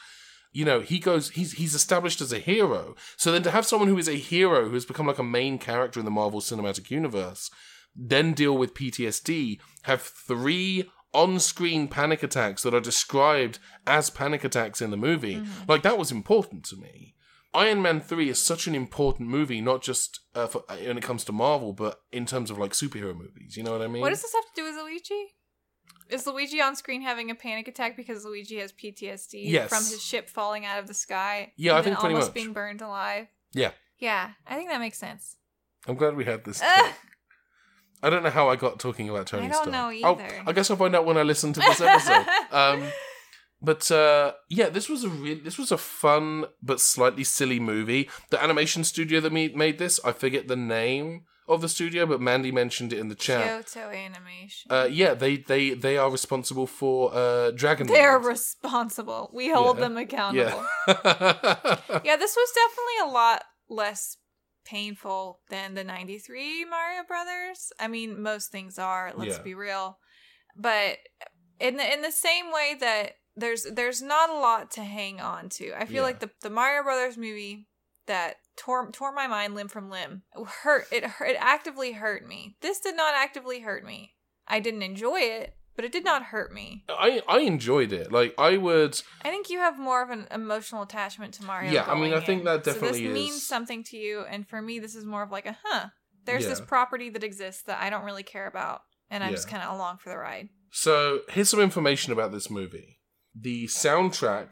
[SPEAKER 1] you know, he goes, he's, he's established as a hero. So then to have someone who is a hero, who has become like a main character in the Marvel Cinematic Universe, then deal with PTSD, have three on screen panic attacks that are described as panic attacks in the movie. Like, that was important to me. Iron Man 3 is such an important movie, not just uh, for, uh, when it comes to Marvel, but in terms of like superhero movies. You know what I mean?
[SPEAKER 2] What does this have to do with Luigi? Is Luigi on screen having a panic attack because Luigi has PTSD
[SPEAKER 1] Yes.
[SPEAKER 2] from his ship falling out of the sky?
[SPEAKER 1] Yeah, I
[SPEAKER 2] and then
[SPEAKER 1] think pretty
[SPEAKER 2] almost
[SPEAKER 1] much.
[SPEAKER 2] being burned alive.
[SPEAKER 1] Yeah.
[SPEAKER 2] Yeah, I think that makes sense.
[SPEAKER 1] I'm glad we had this.
[SPEAKER 2] Ugh.
[SPEAKER 1] talk. I don't know how I got talking about Tony
[SPEAKER 2] I don't
[SPEAKER 1] Stark.
[SPEAKER 2] know
[SPEAKER 1] I'll-
[SPEAKER 2] either.
[SPEAKER 1] I guess I'll find out when I listen to this episode. um, but uh, yeah, this was a real, this was a fun but slightly silly movie. The animation studio that me- made this, I forget the name of the studio, but Mandy mentioned it in the chat.
[SPEAKER 2] Kyoto Animation.
[SPEAKER 1] Uh, yeah, they, they they are responsible for uh, Dragon.
[SPEAKER 2] they are
[SPEAKER 1] Ball.
[SPEAKER 2] responsible. We hold
[SPEAKER 1] Yeah.
[SPEAKER 2] them accountable.
[SPEAKER 1] yeah.
[SPEAKER 2] Yeah. this was definitely a lot less painful than the 93 Mario Brothers. I mean, most things are, let's
[SPEAKER 1] Yeah.
[SPEAKER 2] be real. But in the in the same way that there's there's not a lot to hang on to. I feel
[SPEAKER 1] Yeah.
[SPEAKER 2] like the the Mario Brothers movie that tore tore my mind limb from limb. Hurt it hurt, it actively hurt me. This did not actively hurt me. I didn't enjoy it. but it did not hurt me.
[SPEAKER 1] I I enjoyed it. Like I would.
[SPEAKER 2] I think you have more of an emotional attachment to Mario.
[SPEAKER 1] Yeah, I mean,
[SPEAKER 2] going
[SPEAKER 1] I think
[SPEAKER 2] in.
[SPEAKER 1] that
[SPEAKER 2] so
[SPEAKER 1] definitely
[SPEAKER 2] this
[SPEAKER 1] is-
[SPEAKER 2] means something to you, and for me, this is more of like a huh. There's this
[SPEAKER 1] Yeah.
[SPEAKER 2] property that exists that I don't really care about, and I'm
[SPEAKER 1] Yeah.
[SPEAKER 2] just kind of along for the ride.
[SPEAKER 1] So here's some information about this movie. The soundtrack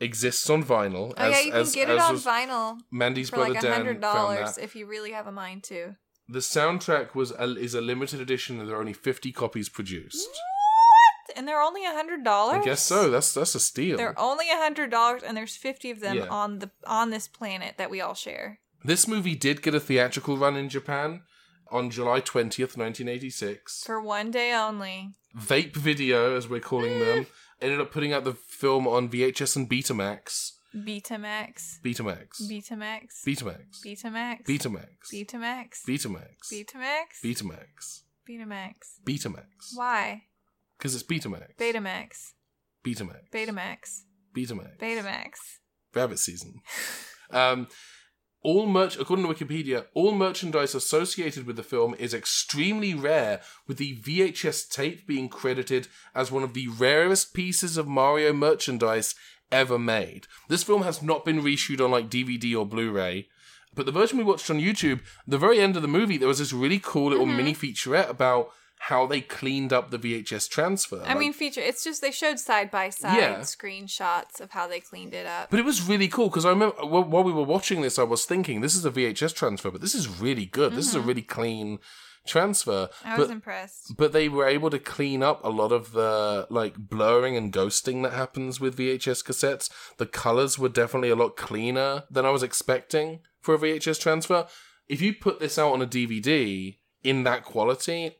[SPEAKER 1] exists on vinyl.
[SPEAKER 2] Oh yeah, you can get it
[SPEAKER 1] as
[SPEAKER 2] on
[SPEAKER 1] was-
[SPEAKER 2] vinyl
[SPEAKER 1] Mandy's
[SPEAKER 2] for
[SPEAKER 1] brother
[SPEAKER 2] like a
[SPEAKER 1] Dan
[SPEAKER 2] hundred
[SPEAKER 1] found
[SPEAKER 2] dollars
[SPEAKER 1] that.
[SPEAKER 2] if you really have a mind to.
[SPEAKER 1] The soundtrack was a, is a limited edition, and there are only fifty copies produced.
[SPEAKER 2] What? And they're only a hundred dollars?
[SPEAKER 1] I guess so. That's that's a steal.
[SPEAKER 2] They're only a hundred dollars, and there's fifty of them
[SPEAKER 1] Yeah.
[SPEAKER 2] on the on this planet that we all share.
[SPEAKER 1] This movie did get a theatrical run in Japan on July 20th, 1986.
[SPEAKER 2] For one day only.
[SPEAKER 1] Vape Video, as we're calling them, ended up putting out the film on VHS and Betamax.
[SPEAKER 2] Betamax.
[SPEAKER 1] Betamax.
[SPEAKER 2] Betamax.
[SPEAKER 1] Betamax.
[SPEAKER 2] Betamax.
[SPEAKER 1] Betamax.
[SPEAKER 2] Betamax.
[SPEAKER 1] Betamax.
[SPEAKER 2] Betamax.
[SPEAKER 1] Betamax.
[SPEAKER 2] Betamax.
[SPEAKER 1] Betamax.
[SPEAKER 2] Why?
[SPEAKER 1] Because it's Betamax.
[SPEAKER 2] Betamax.
[SPEAKER 1] Betamax.
[SPEAKER 2] Betamax.
[SPEAKER 1] Betamax.
[SPEAKER 2] Betamax.
[SPEAKER 1] rabbit season. um, all merch, according to Wikipedia, all merchandise associated with the film is extremely rare, with the VHS tape being credited as one of the rarest pieces of Mario merchandise ever made. This film has not been reissued on like DVD or Blu-ray. But the version we watched on YouTube, the very end of the movie, there was this really cool
[SPEAKER 2] Mm-hmm.
[SPEAKER 1] little mini featurette about how they cleaned up the VHS transfer.
[SPEAKER 2] I
[SPEAKER 1] Like,
[SPEAKER 2] mean, feature. It's just they showed side by side
[SPEAKER 1] Yeah.
[SPEAKER 2] screenshots of how they cleaned it up.
[SPEAKER 1] But it was really cool because I remember wh- while we were watching this, I was thinking this is a VHS transfer, but this is really good. This is a really clean transfer.
[SPEAKER 2] Mm-hmm. I was
[SPEAKER 1] but
[SPEAKER 2] impressed.
[SPEAKER 1] but they were able to clean up a lot of the like blurring and ghosting that happens with VHS cassettes. The colors were definitely a lot cleaner than I was expecting for a VHS transfer. If you put this out on a DVD in that quality,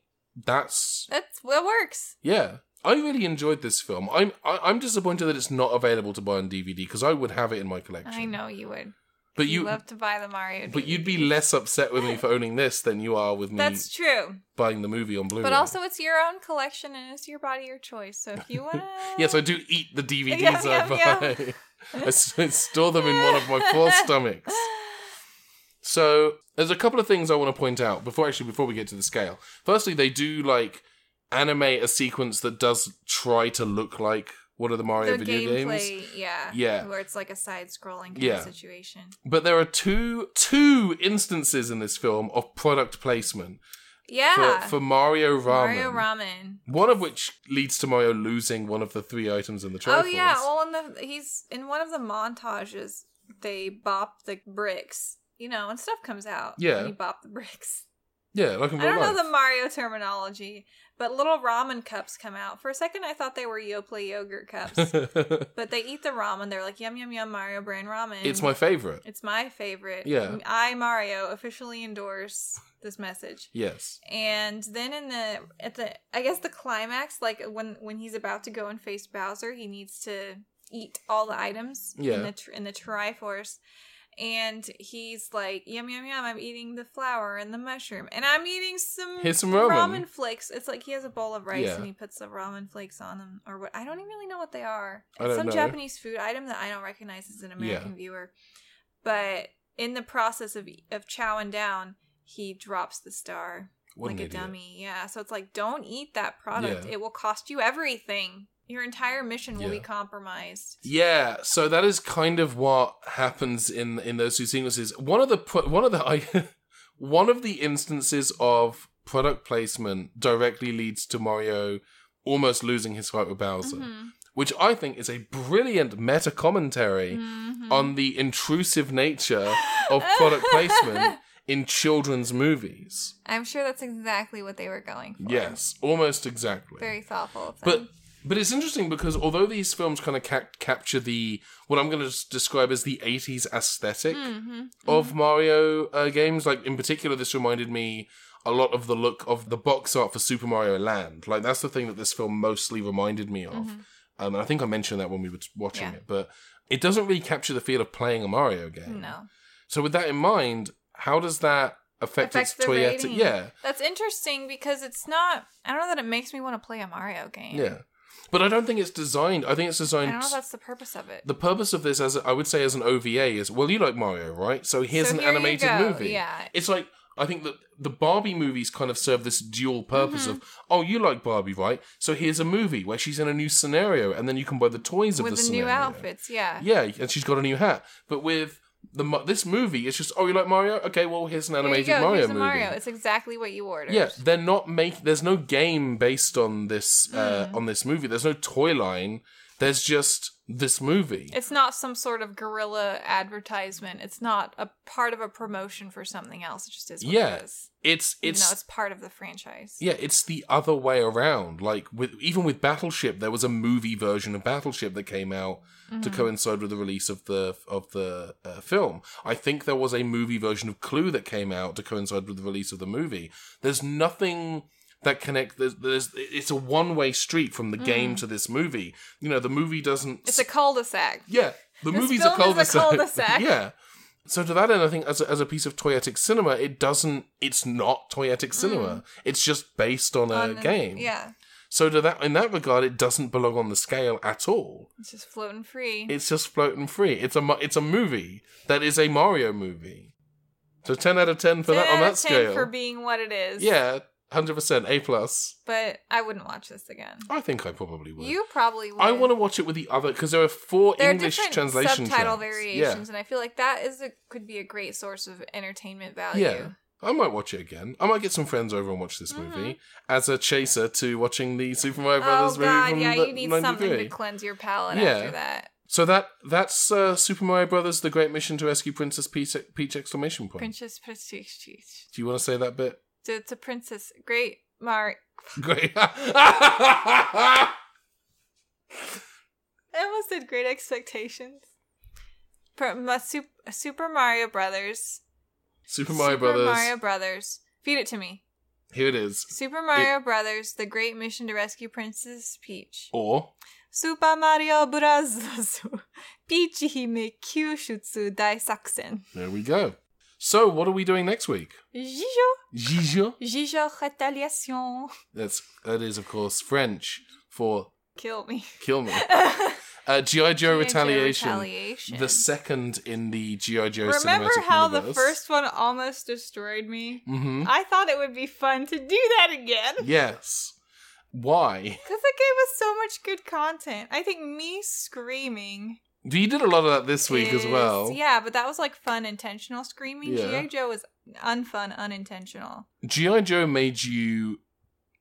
[SPEAKER 1] that's
[SPEAKER 2] That's that works.
[SPEAKER 1] yeah. I really enjoyed this film. I'm I, I'm disappointed that it's not available to buy on DVD because I would have it in my collection.
[SPEAKER 2] I know you would.
[SPEAKER 1] But
[SPEAKER 2] you
[SPEAKER 1] you,
[SPEAKER 2] love to buy the Mario.
[SPEAKER 1] but you'd be
[SPEAKER 2] DVDs.
[SPEAKER 1] less upset with me for owning this than you are with me
[SPEAKER 2] That's true.
[SPEAKER 1] buying the movie on Blu-ray.
[SPEAKER 2] But also, it's your own collection and it's your body, your choice. So if you want to.
[SPEAKER 1] yes, I do eat the DVDs
[SPEAKER 2] Yum, yum,
[SPEAKER 1] I buy. I s- I store them in one of my four stomachs. So there's a couple of things I want to point out before actually before we get to the scale. Firstly, they do like animate a sequence that does try to look like one of the Mario
[SPEAKER 2] the
[SPEAKER 1] video games.
[SPEAKER 2] gameplay, yeah.
[SPEAKER 1] Yeah.
[SPEAKER 2] Where it's like a side scrolling kind
[SPEAKER 1] Yeah.
[SPEAKER 2] of situation.
[SPEAKER 1] But there are two two instances in this film of product placement
[SPEAKER 2] Yeah.
[SPEAKER 1] for, for Mario Ramen.
[SPEAKER 2] Mario Ramen.
[SPEAKER 1] One of which leads to Mario losing one of the three items in the
[SPEAKER 2] Oh
[SPEAKER 1] trifles.
[SPEAKER 2] yeah, well in the he's in one of the montages they bop the bricks, you know, and stuff comes out.
[SPEAKER 1] Yeah.
[SPEAKER 2] and you bop the bricks.
[SPEAKER 1] yeah, like in
[SPEAKER 2] I
[SPEAKER 1] real
[SPEAKER 2] don't
[SPEAKER 1] life.
[SPEAKER 2] know the Mario terminology, but little ramen cups come out. For a second, I thought they were Yoplait yogurt cups, but they eat the ramen. They're like yum yum yum Mario brand ramen.
[SPEAKER 1] it's my favorite.
[SPEAKER 2] it's my favorite.
[SPEAKER 1] Yeah.
[SPEAKER 2] I Mario officially endorse this message.
[SPEAKER 1] Yes.
[SPEAKER 2] And then in the at the I guess the climax, like when when he's about to go and face Bowser, he needs to eat all the items
[SPEAKER 1] Yeah.
[SPEAKER 2] in the tr- in the Triforce, and he's like, "Yum yum yum! I'm eating the flour and the mushroom, and I'm eating some
[SPEAKER 1] Here's some ramen."
[SPEAKER 2] flakes." It's like he has a bowl of rice
[SPEAKER 1] Yeah.
[SPEAKER 2] and he puts the ramen flakes on them, or what? I don't even really know what they are.
[SPEAKER 1] I
[SPEAKER 2] It's
[SPEAKER 1] don't
[SPEAKER 2] some
[SPEAKER 1] know.
[SPEAKER 2] Japanese food item that I don't recognize as an American viewer, but in the process of of chowing down, he drops the star
[SPEAKER 1] What an
[SPEAKER 2] like a
[SPEAKER 1] idiot.
[SPEAKER 2] dummy. Yeah. So it's like, don't eat that product.
[SPEAKER 1] Yeah.
[SPEAKER 2] It will cost you everything. Your entire mission will be
[SPEAKER 1] Yeah.
[SPEAKER 2] compromised.
[SPEAKER 1] Yeah, so that is kind of what happens in in those two sequences. One of the pro- one of the I, one of the instances of product placement directly leads to Mario almost losing his fight with Bowser, which I think is a brilliant meta commentary on the intrusive nature of product placement in children's movies.
[SPEAKER 2] I'm sure that's exactly what they were going for.
[SPEAKER 1] Yes, almost exactly.
[SPEAKER 2] Very thoughtful. Of
[SPEAKER 1] but
[SPEAKER 2] them.
[SPEAKER 1] but it's interesting because although these films kind of cap- capture the what I'm going to describe as the 80s esthetic
[SPEAKER 2] Mm-hmm.
[SPEAKER 1] of Mario uh, games, like in particular, this reminded me a lot of the look of the box art for Super Mario Land. Like that's the thing that this film mostly reminded me of. Um, and I think I mentioned that when we were t- watching
[SPEAKER 2] Mm-hmm. Yeah.
[SPEAKER 1] it, but it doesn't really capture the feel of playing a Mario game.
[SPEAKER 2] no.
[SPEAKER 1] So with that in mind, how does that affect
[SPEAKER 2] Affects
[SPEAKER 1] its
[SPEAKER 2] the
[SPEAKER 1] toy
[SPEAKER 2] rating.
[SPEAKER 1] Yeah,
[SPEAKER 2] That's interesting because it's not, I don't know that it makes me want to play a Mario game.
[SPEAKER 1] yeah. But I don't think it's designed. I think it's
[SPEAKER 2] I
[SPEAKER 1] designed
[SPEAKER 2] don't know if that's the purpose of it.
[SPEAKER 1] the purpose of this as a, I would say as an OVA is well you like Mario right so here's
[SPEAKER 2] So
[SPEAKER 1] an
[SPEAKER 2] here you
[SPEAKER 1] animated
[SPEAKER 2] go,
[SPEAKER 1] movie
[SPEAKER 2] yeah.
[SPEAKER 1] it's like I think that the Barbie movies kind of serve this dual purpose
[SPEAKER 2] Mm-hmm.
[SPEAKER 1] of, oh, you like Barbie, right? So here's a movie where she's in a new scenario, and then you can buy the toys of
[SPEAKER 2] with
[SPEAKER 1] the
[SPEAKER 2] the new
[SPEAKER 1] scenario.
[SPEAKER 2] outfits. Yeah.
[SPEAKER 1] Yeah, and she's got a new hat. But with the mo- this movie, it's just, oh, you like Mario? Okay, well, here's an
[SPEAKER 2] Here you
[SPEAKER 1] animated
[SPEAKER 2] go.
[SPEAKER 1] Mario
[SPEAKER 2] Here's a
[SPEAKER 1] movie.
[SPEAKER 2] Mario. It's exactly what you ordered.
[SPEAKER 1] Yeah, they're not make. There's no game based on this
[SPEAKER 2] Mm.
[SPEAKER 1] uh, on this movie. There's no toy line. There's just this movie.
[SPEAKER 2] It's not some sort of guerrilla advertisement. It's not a part of a promotion for something else. It just is what
[SPEAKER 1] Yeah,
[SPEAKER 2] it is.
[SPEAKER 1] It's
[SPEAKER 2] Even
[SPEAKER 1] it's
[SPEAKER 2] though it's part of the franchise.
[SPEAKER 1] yeah, it's the other way around. Like with even with Battleship, there was a movie version of Battleship that came out
[SPEAKER 2] Mm-hmm.
[SPEAKER 1] to coincide with the release of the of the uh, film. I think there was a movie version of Clue that came out to coincide with the release of the movie. There's nothing that connect. There's, there's it's a one way street from the game to this movie. You know, the movie doesn't.
[SPEAKER 2] Mm. It's a cul-de-sac.
[SPEAKER 1] Yeah, the
[SPEAKER 2] This
[SPEAKER 1] movie's a
[SPEAKER 2] film is a
[SPEAKER 1] cul-de-sac.
[SPEAKER 2] cul-de-sac.
[SPEAKER 1] yeah. So to that end, I think as a, as a piece of toyetic cinema, it doesn't. It's not toyetic cinema. It's just based on a
[SPEAKER 2] Mm. On the-
[SPEAKER 1] game.
[SPEAKER 2] Yeah.
[SPEAKER 1] So to that in that regard, it doesn't belong on the scale at all.
[SPEAKER 2] It's just floating free.
[SPEAKER 1] It's just floating free. It's a mo- it's a movie that is a Mario movie. So ten out of ten for that on
[SPEAKER 2] 10 out
[SPEAKER 1] that
[SPEAKER 2] of 10
[SPEAKER 1] scale.
[SPEAKER 2] for being what it is.
[SPEAKER 1] yeah, hundred percent A plus.
[SPEAKER 2] But I wouldn't watch this again.
[SPEAKER 1] I think I probably would.
[SPEAKER 2] You probably would.
[SPEAKER 1] I want to watch it with the other because there are four
[SPEAKER 2] there
[SPEAKER 1] English
[SPEAKER 2] are different
[SPEAKER 1] translation
[SPEAKER 2] subtitle
[SPEAKER 1] tracks.
[SPEAKER 2] variations, and I feel like that is a, could be a great source of entertainment value.
[SPEAKER 1] Yeah. I might watch it again. I might get some friends over and watch this movie as a chaser to watching the Super Mario
[SPEAKER 2] Mm-hmm. Oh
[SPEAKER 1] Brothers movie
[SPEAKER 2] God,
[SPEAKER 1] from
[SPEAKER 2] yeah,
[SPEAKER 1] the
[SPEAKER 2] you need
[SPEAKER 1] 93.
[SPEAKER 2] something to cleanse your palate
[SPEAKER 1] Yeah.
[SPEAKER 2] after that.
[SPEAKER 1] so that that's uh, Super Mario Brothers: The Great Mission to Rescue Princess Peach! Peach exclamation point.
[SPEAKER 2] Princess Prestige.
[SPEAKER 1] Do you want to say that bit?
[SPEAKER 2] It's a princess. Great Mark.
[SPEAKER 1] Great.
[SPEAKER 2] I almost did Great Expectations. Pro- Ma- Sup- Super Mario Brothers.
[SPEAKER 1] Super Mario Brothers.
[SPEAKER 2] Mario Brothers. Feed it to me.
[SPEAKER 1] Here it is.
[SPEAKER 2] Super Mario Brothers, The Great Mission to Rescue Princess Peach.
[SPEAKER 1] Or
[SPEAKER 2] Super Mario Bros. ピーチ姫救出大作戦。
[SPEAKER 1] there we go. So what are we doing next week?
[SPEAKER 2] Gijo,
[SPEAKER 1] Gijo.
[SPEAKER 2] Gijo Retaliation.
[SPEAKER 1] That's that is of course French for
[SPEAKER 2] Kill me.
[SPEAKER 1] kill me. Uh, GI Joe Retaliation.
[SPEAKER 2] Retaliation.
[SPEAKER 1] the second in the GI Joe
[SPEAKER 2] Remember
[SPEAKER 1] cinematic
[SPEAKER 2] how
[SPEAKER 1] universe.
[SPEAKER 2] the first one almost destroyed me?
[SPEAKER 1] Mm-hmm.
[SPEAKER 2] I thought it would be fun to do that again.
[SPEAKER 1] Yes. Why?
[SPEAKER 2] Because it gave us so much good content. I think me screaming.
[SPEAKER 1] You did a lot of that this week as
[SPEAKER 2] is-
[SPEAKER 1] well.
[SPEAKER 2] Yeah, but that was like fun, intentional screaming.
[SPEAKER 1] Yeah.
[SPEAKER 2] G.I. Joe was unfun, unintentional.
[SPEAKER 1] GI Joe made you.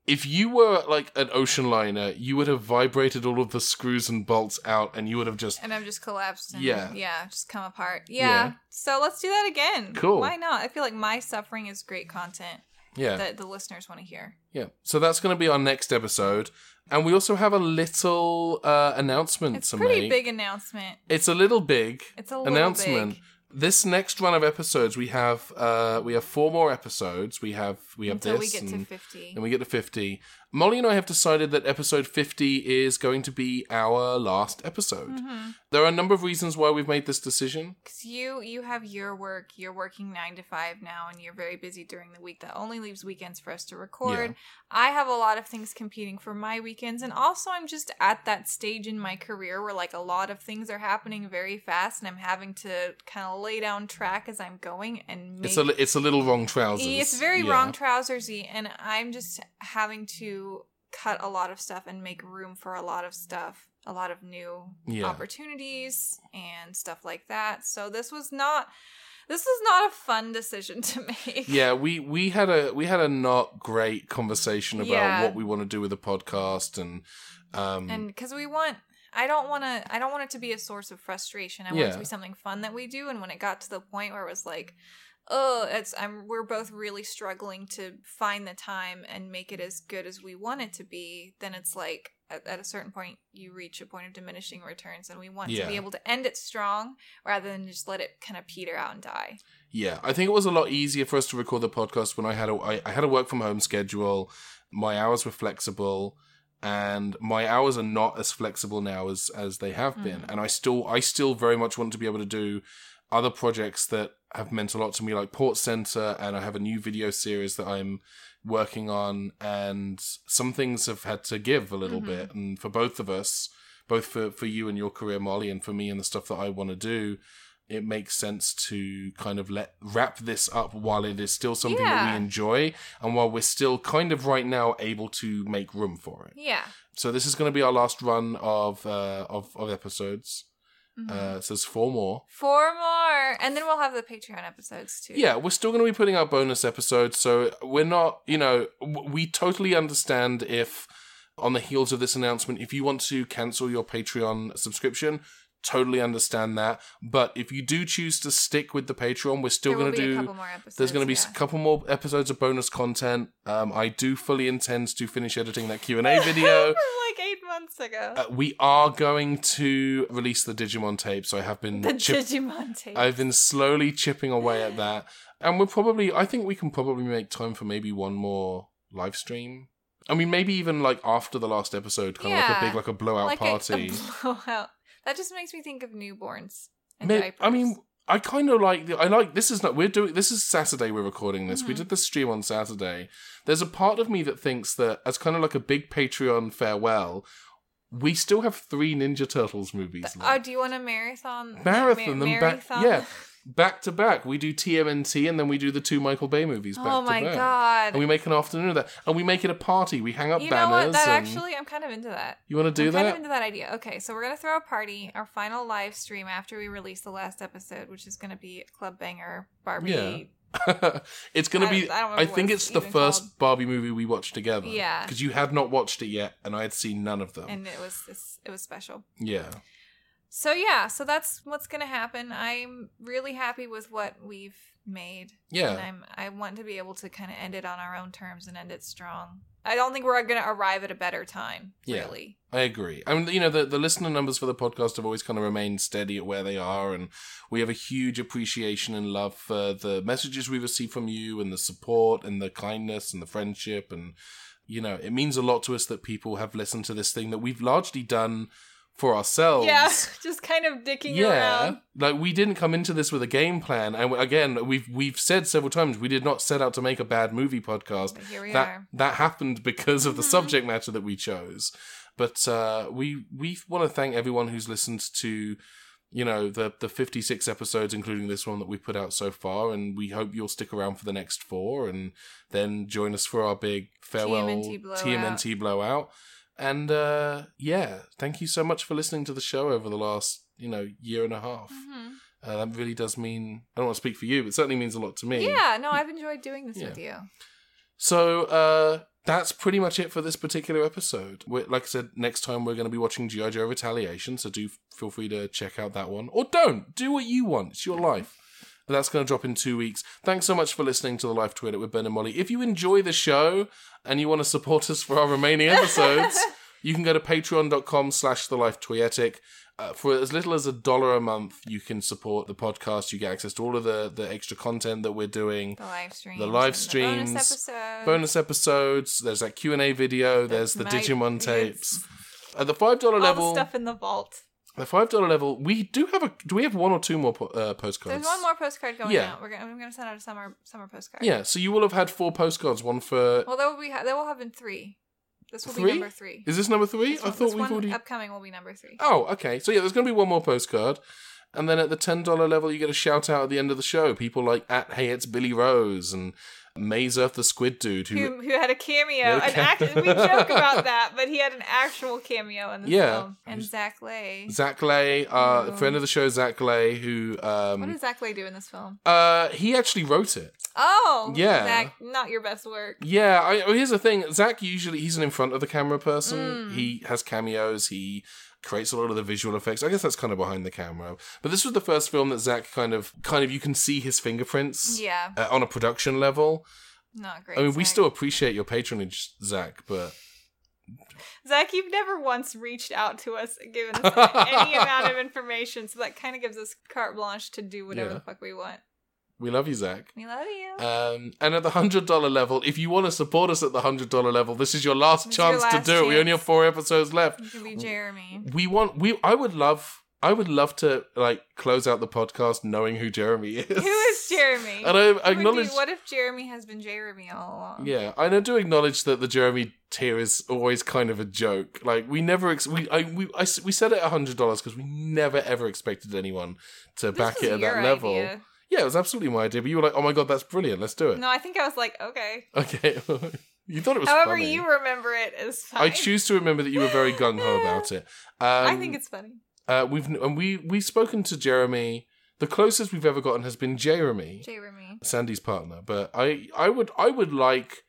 [SPEAKER 1] If you were like an ocean liner, you would have vibrated all of the screws and bolts out, and you would have just.
[SPEAKER 2] And I've just collapsed. And,
[SPEAKER 1] Yeah.
[SPEAKER 2] Yeah, just come apart. Yeah.
[SPEAKER 1] Yeah.
[SPEAKER 2] So let's do that again.
[SPEAKER 1] Cool.
[SPEAKER 2] Why not? I feel like my suffering is great content
[SPEAKER 1] Yeah.
[SPEAKER 2] that the listeners want to hear.
[SPEAKER 1] yeah. So that's going to be our next episode. And we also have a little uh, announcement
[SPEAKER 2] It's
[SPEAKER 1] to
[SPEAKER 2] a pretty
[SPEAKER 1] make.
[SPEAKER 2] big announcement.
[SPEAKER 1] It's a little big.
[SPEAKER 2] It's a little
[SPEAKER 1] announcement.
[SPEAKER 2] big.
[SPEAKER 1] This next run of episodes, we have uh, we have four more episodes. We have we have
[SPEAKER 2] Until we
[SPEAKER 1] this
[SPEAKER 2] get to
[SPEAKER 1] and-
[SPEAKER 2] 50.
[SPEAKER 1] and we get to 50. Molly and I have decided that episode 50 is going to be our last episode.
[SPEAKER 2] Mm-hmm.
[SPEAKER 1] There are a number of reasons why we've made this decision.
[SPEAKER 2] Because you you have your work, you're working nine to five now, and you're very busy during the week. That only leaves weekends for us to record.
[SPEAKER 1] Yeah.
[SPEAKER 2] I have a lot of things competing for my weekends, and also I'm just at that stage in my career where like a lot of things are happening very fast, and I'm having to kind of lay down track as I'm going and make e,
[SPEAKER 1] It's a li- it's a little wrong trousers.
[SPEAKER 2] it's very
[SPEAKER 1] Yeah.
[SPEAKER 2] wrong trousersy, and I'm just having to cut a lot of stuff and make room for a lot of stuff, a lot of new
[SPEAKER 1] Yeah.
[SPEAKER 2] opportunities and stuff like that. So this was not, this was not a fun decision to make.
[SPEAKER 1] yeah, we we had a we had a not great conversation about
[SPEAKER 2] Yeah.
[SPEAKER 1] what we want to do with the podcast and um
[SPEAKER 2] and because we want. I don't want to. I don't want it to be a source of frustration. I want it
[SPEAKER 1] Yeah.
[SPEAKER 2] to be something fun that we do. And when it got to the point where it was like, oh, it's I'm. We're both really struggling to find the time and make it as good as we want it to be. Then it's like at, at a certain point you reach a point of diminishing returns, and we want
[SPEAKER 1] Yeah.
[SPEAKER 2] to be able to end it strong rather than just let it kind of peter out and die.
[SPEAKER 1] Yeah, I think it was a lot easier for us to record the podcast when I had a I, I had a work from home schedule. My hours were flexible, and my hours are not as flexible now as as they have been. And I still I still very much want to be able to do other projects that have meant a lot to me, like Port Center, and I have a new video series that I'm working on. And some things have had to give a little
[SPEAKER 2] Mhm.
[SPEAKER 1] bit, and for both of us, both for for you and your career, Molly, and for me and the stuff that I want to do it makes sense to kind of let wrap this up while it is still something that
[SPEAKER 2] Yeah.
[SPEAKER 1] we enjoy and while we're still kind of right now able to make room for it.
[SPEAKER 2] Yeah.
[SPEAKER 1] So this is going to be our last run of uh, of, of episodes.
[SPEAKER 2] Mhm.
[SPEAKER 1] Uh, so there's four more.
[SPEAKER 2] Four more, and then we'll have the Patreon episodes too.
[SPEAKER 1] Yeah, we're still going to be putting out bonus episodes, so we're not, you know, w- we totally understand if on the heels of this announcement, if you want to cancel your Patreon subscription, totally understand that. But if you do choose to stick with the Patreon, we're still
[SPEAKER 2] there will
[SPEAKER 1] going to
[SPEAKER 2] be a couple
[SPEAKER 1] do.
[SPEAKER 2] more episodes.
[SPEAKER 1] There's going to be
[SPEAKER 2] yeah.
[SPEAKER 1] a couple more episodes of bonus content. Um, I do fully intend to finish editing that Q and A video.
[SPEAKER 2] from like eight months ago.
[SPEAKER 1] Uh, we are going to release the Digimon tapes. I have been
[SPEAKER 2] the
[SPEAKER 1] chip-
[SPEAKER 2] Digimon tape.
[SPEAKER 1] I've been slowly chipping away at that. And we're probably, I think we can probably make time for maybe one more live stream. I mean, maybe even like after the last episode, kind of like a
[SPEAKER 2] Yeah.
[SPEAKER 1] big, like a blowout
[SPEAKER 2] like a-
[SPEAKER 1] party.
[SPEAKER 2] A, blowout. That just makes me think of newborns and
[SPEAKER 1] May-
[SPEAKER 2] diapers.
[SPEAKER 1] I mean, I kind of like, the, I like, this is not, we're doing, this is Saturday we're recording this. We
[SPEAKER 2] Mm-hmm.
[SPEAKER 1] did the stream on Saturday. There's a part of me that thinks that as kind of like a big Patreon farewell, we still have three Ninja Turtles movies. left.
[SPEAKER 2] oh, do you want a marathon?
[SPEAKER 1] marathon
[SPEAKER 2] ma-
[SPEAKER 1] them back
[SPEAKER 2] marathon?
[SPEAKER 1] yeah back to back we do tmnt and then we do the two michael bay movies back
[SPEAKER 2] oh
[SPEAKER 1] to
[SPEAKER 2] my
[SPEAKER 1] back
[SPEAKER 2] god.
[SPEAKER 1] and we make an afternoon of that and we make it a party we hang up
[SPEAKER 2] you know
[SPEAKER 1] banners
[SPEAKER 2] what? That
[SPEAKER 1] and
[SPEAKER 2] actually, I'm kind of into that.
[SPEAKER 1] you want to do
[SPEAKER 2] I'm kind of
[SPEAKER 1] that
[SPEAKER 2] into that idea. Okay, so we're gonna throw a party, our final live stream after we release the last episode, which is gonna be Club Banger Barbie.
[SPEAKER 1] Yeah. it's gonna
[SPEAKER 2] I-
[SPEAKER 1] be
[SPEAKER 2] I don't
[SPEAKER 1] i,
[SPEAKER 2] remember
[SPEAKER 1] think
[SPEAKER 2] what
[SPEAKER 1] it's
[SPEAKER 2] it's
[SPEAKER 1] the
[SPEAKER 2] even
[SPEAKER 1] first
[SPEAKER 2] called.
[SPEAKER 1] barbie movie we watched together
[SPEAKER 2] Yeah.
[SPEAKER 1] because you had not watched it yet and i had seen none of them
[SPEAKER 2] And it was it's, it was special.
[SPEAKER 1] yeah
[SPEAKER 2] So yeah, so that's what's gonna happen. I'm really happy with what we've made. And
[SPEAKER 1] yeah
[SPEAKER 2] I'm I want to be able to kind of end it on our own terms and end it strong. I don't think we're gonna arrive at a better time,
[SPEAKER 1] Yeah.
[SPEAKER 2] really.
[SPEAKER 1] i agree i mean you know the, the listener numbers for the podcast have always kind of remained steady at where they are and we have a huge appreciation and love for the messages we receive from you and the support and the kindness and the friendship and you know it means a lot to us that people have listened to this thing that we've largely done for ourselves
[SPEAKER 2] Yeah, just kind of dicking around.
[SPEAKER 1] like we didn't come into this with a game plan and again we've we've said several times we did not set out to make a bad movie podcast
[SPEAKER 2] But here we
[SPEAKER 1] that
[SPEAKER 2] are.
[SPEAKER 1] that happened because of the
[SPEAKER 2] Mhm.
[SPEAKER 1] subject matter that we chose. But uh, we we want to thank everyone who's listened to you know the the 56 episodes including this one that we've put out so far and we hope you'll stick around for the next four and then join us for our big farewell
[SPEAKER 2] TMNT blowout.
[SPEAKER 1] TMNT blowout and uh yeah thank you so much for listening to the show over the last you know year and a half
[SPEAKER 2] Mhm.
[SPEAKER 1] uh, that really does mean I don't want to speak for you but it certainly means a lot to me
[SPEAKER 2] Yeah, no, I've enjoyed doing this
[SPEAKER 1] Yeah.
[SPEAKER 2] with you.
[SPEAKER 1] so uh, that's pretty much it for this particular episode. we like I said, next time we're going to be watching GI Joe Retaliation, so do f- feel free to check out that one, or don't. Do what you want. It's your life. But that's going to drop in two weeks. Thanks so much for listening to the Life Twitter with Ben and Molly. If you enjoy the show and you want to support us for our remaining episodes, you can go to patreon.com slash the life toyetic uh, for as little as a dollar a month you can support the podcast you get access to all of the, the extra content that we're doing
[SPEAKER 2] The live stream.
[SPEAKER 1] live streams,
[SPEAKER 2] Bonus episode.
[SPEAKER 1] bonus episodes. There's that Q and A video. there's the
[SPEAKER 2] my
[SPEAKER 1] Digimon
[SPEAKER 2] beards.
[SPEAKER 1] tapes. At the five dollar
[SPEAKER 2] All
[SPEAKER 1] level,
[SPEAKER 2] the stuff in the vault.
[SPEAKER 1] the five dollar level, we do have a. Do we have one or two more po- uh, postcards?
[SPEAKER 2] There's one more postcard going
[SPEAKER 1] Yeah.
[SPEAKER 2] out. We're gonna, I'm going to send out a summer summer postcard.
[SPEAKER 1] Yeah, so you will have had four postcards. One for
[SPEAKER 2] Well, that will be that will have been three. This will
[SPEAKER 1] Three?
[SPEAKER 2] be number three.
[SPEAKER 1] is this number three?
[SPEAKER 2] This
[SPEAKER 1] I
[SPEAKER 2] one-
[SPEAKER 1] thought
[SPEAKER 2] this
[SPEAKER 1] we've
[SPEAKER 2] one
[SPEAKER 1] already.
[SPEAKER 2] upcoming will be number three.
[SPEAKER 1] Oh, okay. So yeah, there's going to be one more postcard. And then at the ten dollar level, you get a shout out at the end of the show. People like at Hey, it's Billy Rose and Maze Earth the Squid Dude, who
[SPEAKER 2] Who, who had a cameo?
[SPEAKER 1] had a
[SPEAKER 2] An act-
[SPEAKER 1] cameo.
[SPEAKER 2] we joke about that, but he had an actual cameo in the
[SPEAKER 1] Yeah.
[SPEAKER 2] film. And Zach Lay.
[SPEAKER 1] Zach Lay, uh,
[SPEAKER 2] Oh.
[SPEAKER 1] friend of the show, Zach Lay, who um,
[SPEAKER 2] what does Zach Lay do in this film?
[SPEAKER 1] Uh, he actually wrote it.
[SPEAKER 2] Oh,
[SPEAKER 1] Yeah.
[SPEAKER 2] Zach, not your best work.
[SPEAKER 1] Yeah, I, oh, here's the thing. Zach usually he's an in front of the camera person.
[SPEAKER 2] Mm.
[SPEAKER 1] He has cameos. He creates a lot of the visual effects. I guess that's kind of behind the camera. But this was the first film that Zach kind of, kind of, you can see his fingerprints
[SPEAKER 2] Yeah,
[SPEAKER 1] uh, on a production level.
[SPEAKER 2] not great.
[SPEAKER 1] I mean, we
[SPEAKER 2] Zach.
[SPEAKER 1] still appreciate your patronage, Zach, but
[SPEAKER 2] Zach, you've never once reached out to us, given us any amount of information, so that kind of gives us carte blanche to do whatever
[SPEAKER 1] Yeah.
[SPEAKER 2] the fuck we want.
[SPEAKER 1] we love you, Zach.
[SPEAKER 2] We love you.
[SPEAKER 1] Um, and at the hundred dollar level, if you want to support us at the hundred dollar level, this is your last
[SPEAKER 2] This is your
[SPEAKER 1] chance to
[SPEAKER 2] last
[SPEAKER 1] do it. We only
[SPEAKER 2] chance.
[SPEAKER 1] have four episodes left.
[SPEAKER 2] you could be Jeremy.
[SPEAKER 1] we want we i would love I would love to like close out the podcast knowing who Jeremy is.
[SPEAKER 2] Who is Jeremy?
[SPEAKER 1] And I
[SPEAKER 2] Who would be-
[SPEAKER 1] acknowledge-
[SPEAKER 2] What if Jeremy has been Jeremy all along?
[SPEAKER 1] Yeah, and I do acknowledge that the Jeremy tier is always kind of a joke. Like we never, ex- we I we I s we said it a hundred dollars because we never ever expected anyone to
[SPEAKER 2] This
[SPEAKER 1] back
[SPEAKER 2] was
[SPEAKER 1] it at
[SPEAKER 2] your
[SPEAKER 1] that level.
[SPEAKER 2] idea.
[SPEAKER 1] Yeah, it was absolutely my idea. But you were like, "Oh my god, that's brilliant! Let's do it."
[SPEAKER 2] No, I think I was like, okay.
[SPEAKER 1] Okay, you thought it was.
[SPEAKER 2] However,
[SPEAKER 1] funny.
[SPEAKER 2] you remember it is fine.
[SPEAKER 1] I choose to remember that you were very gung ho about it. Um,
[SPEAKER 2] I think it's funny.
[SPEAKER 1] uh, we've and we we've spoken to Jeremy. The closest we've ever gotten has been Jeremy.
[SPEAKER 2] Jeremy.
[SPEAKER 1] Sandy's partner, but I I would I would like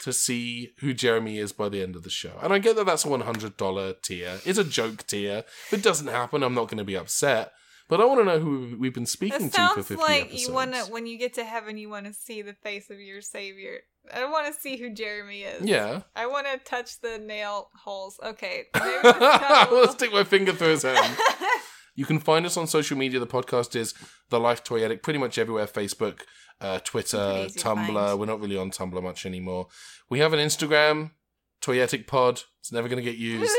[SPEAKER 1] to see who Jeremy is by the end of the show. And I get that that's a one hundred dollar tier. It's a joke tier. If it doesn't happen, I'm not going to be upset. But I want to know who we've been speaking to
[SPEAKER 2] That
[SPEAKER 1] for
[SPEAKER 2] sounds
[SPEAKER 1] fifty
[SPEAKER 2] like
[SPEAKER 1] episodes.
[SPEAKER 2] you want to. When you get to heaven, you want to see the face of your savior. I want to see who Jeremy is.
[SPEAKER 1] yeah.
[SPEAKER 2] I want to touch the nail holes. Okay. Maybe it's not a
[SPEAKER 1] I'll
[SPEAKER 2] little-
[SPEAKER 1] stick my finger through his hand. You can find us on social media. The podcast is The Life Toy Addict, pretty much everywhere Facebook, uh, Twitter,
[SPEAKER 2] Pretty easy to
[SPEAKER 1] Tumblr.
[SPEAKER 2] find.
[SPEAKER 1] We're not really on Tumblr much anymore. We have an Instagram, Toyetic Pod. It's never going to get used.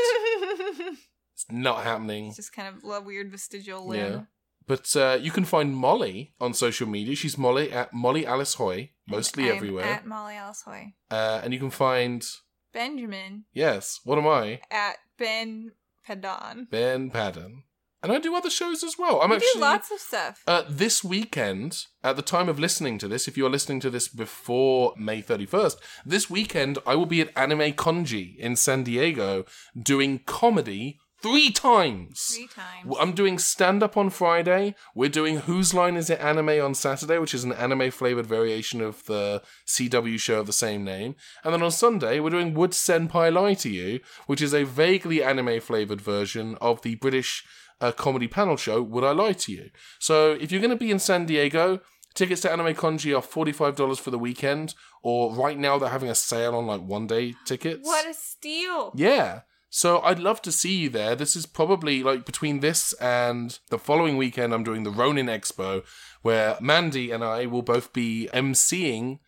[SPEAKER 1] it's not happening.
[SPEAKER 2] It's just kind of a weird vestigial limb.
[SPEAKER 1] Yeah. But uh, you can find Molly on social media. She's Molly at Molly Alice Hoy, mostly
[SPEAKER 2] I'm
[SPEAKER 1] everywhere.
[SPEAKER 2] At Molly Alice Hoy.
[SPEAKER 1] Uh, and you can find,
[SPEAKER 2] Benjamin
[SPEAKER 1] yes, what am I?
[SPEAKER 2] at Ben Padon.
[SPEAKER 1] Ben Padden. And I do other shows as well. I'm
[SPEAKER 2] we
[SPEAKER 1] actually.
[SPEAKER 2] do lots of stuff.
[SPEAKER 1] Uh, this weekend, at the time of listening to this, if you are listening to this before May 31st, this weekend I will be at Anime Conji in San Diego doing comedy three times.
[SPEAKER 2] Three times.
[SPEAKER 1] Well, I'm doing stand up on Friday. We're doing Whose Line Is It Anime on Saturday, which is an anime flavored variation of the CW show of the same name. And then on Sunday, we're doing Would Senpai Lie to You, which is a vaguely anime flavored version of the British uh, comedy panel show Would I Lie to You. So if you're going to be in San Diego, Tickets to Anime Conji are $45 for the weekend, or right now they're having a sale on like one day tickets.
[SPEAKER 2] what a steal.
[SPEAKER 1] Yeah. So I'd love to see you there. This is probably like between this and the following weekend, I'm doing the Ronin Expo, where Mandy and I will both be emceeing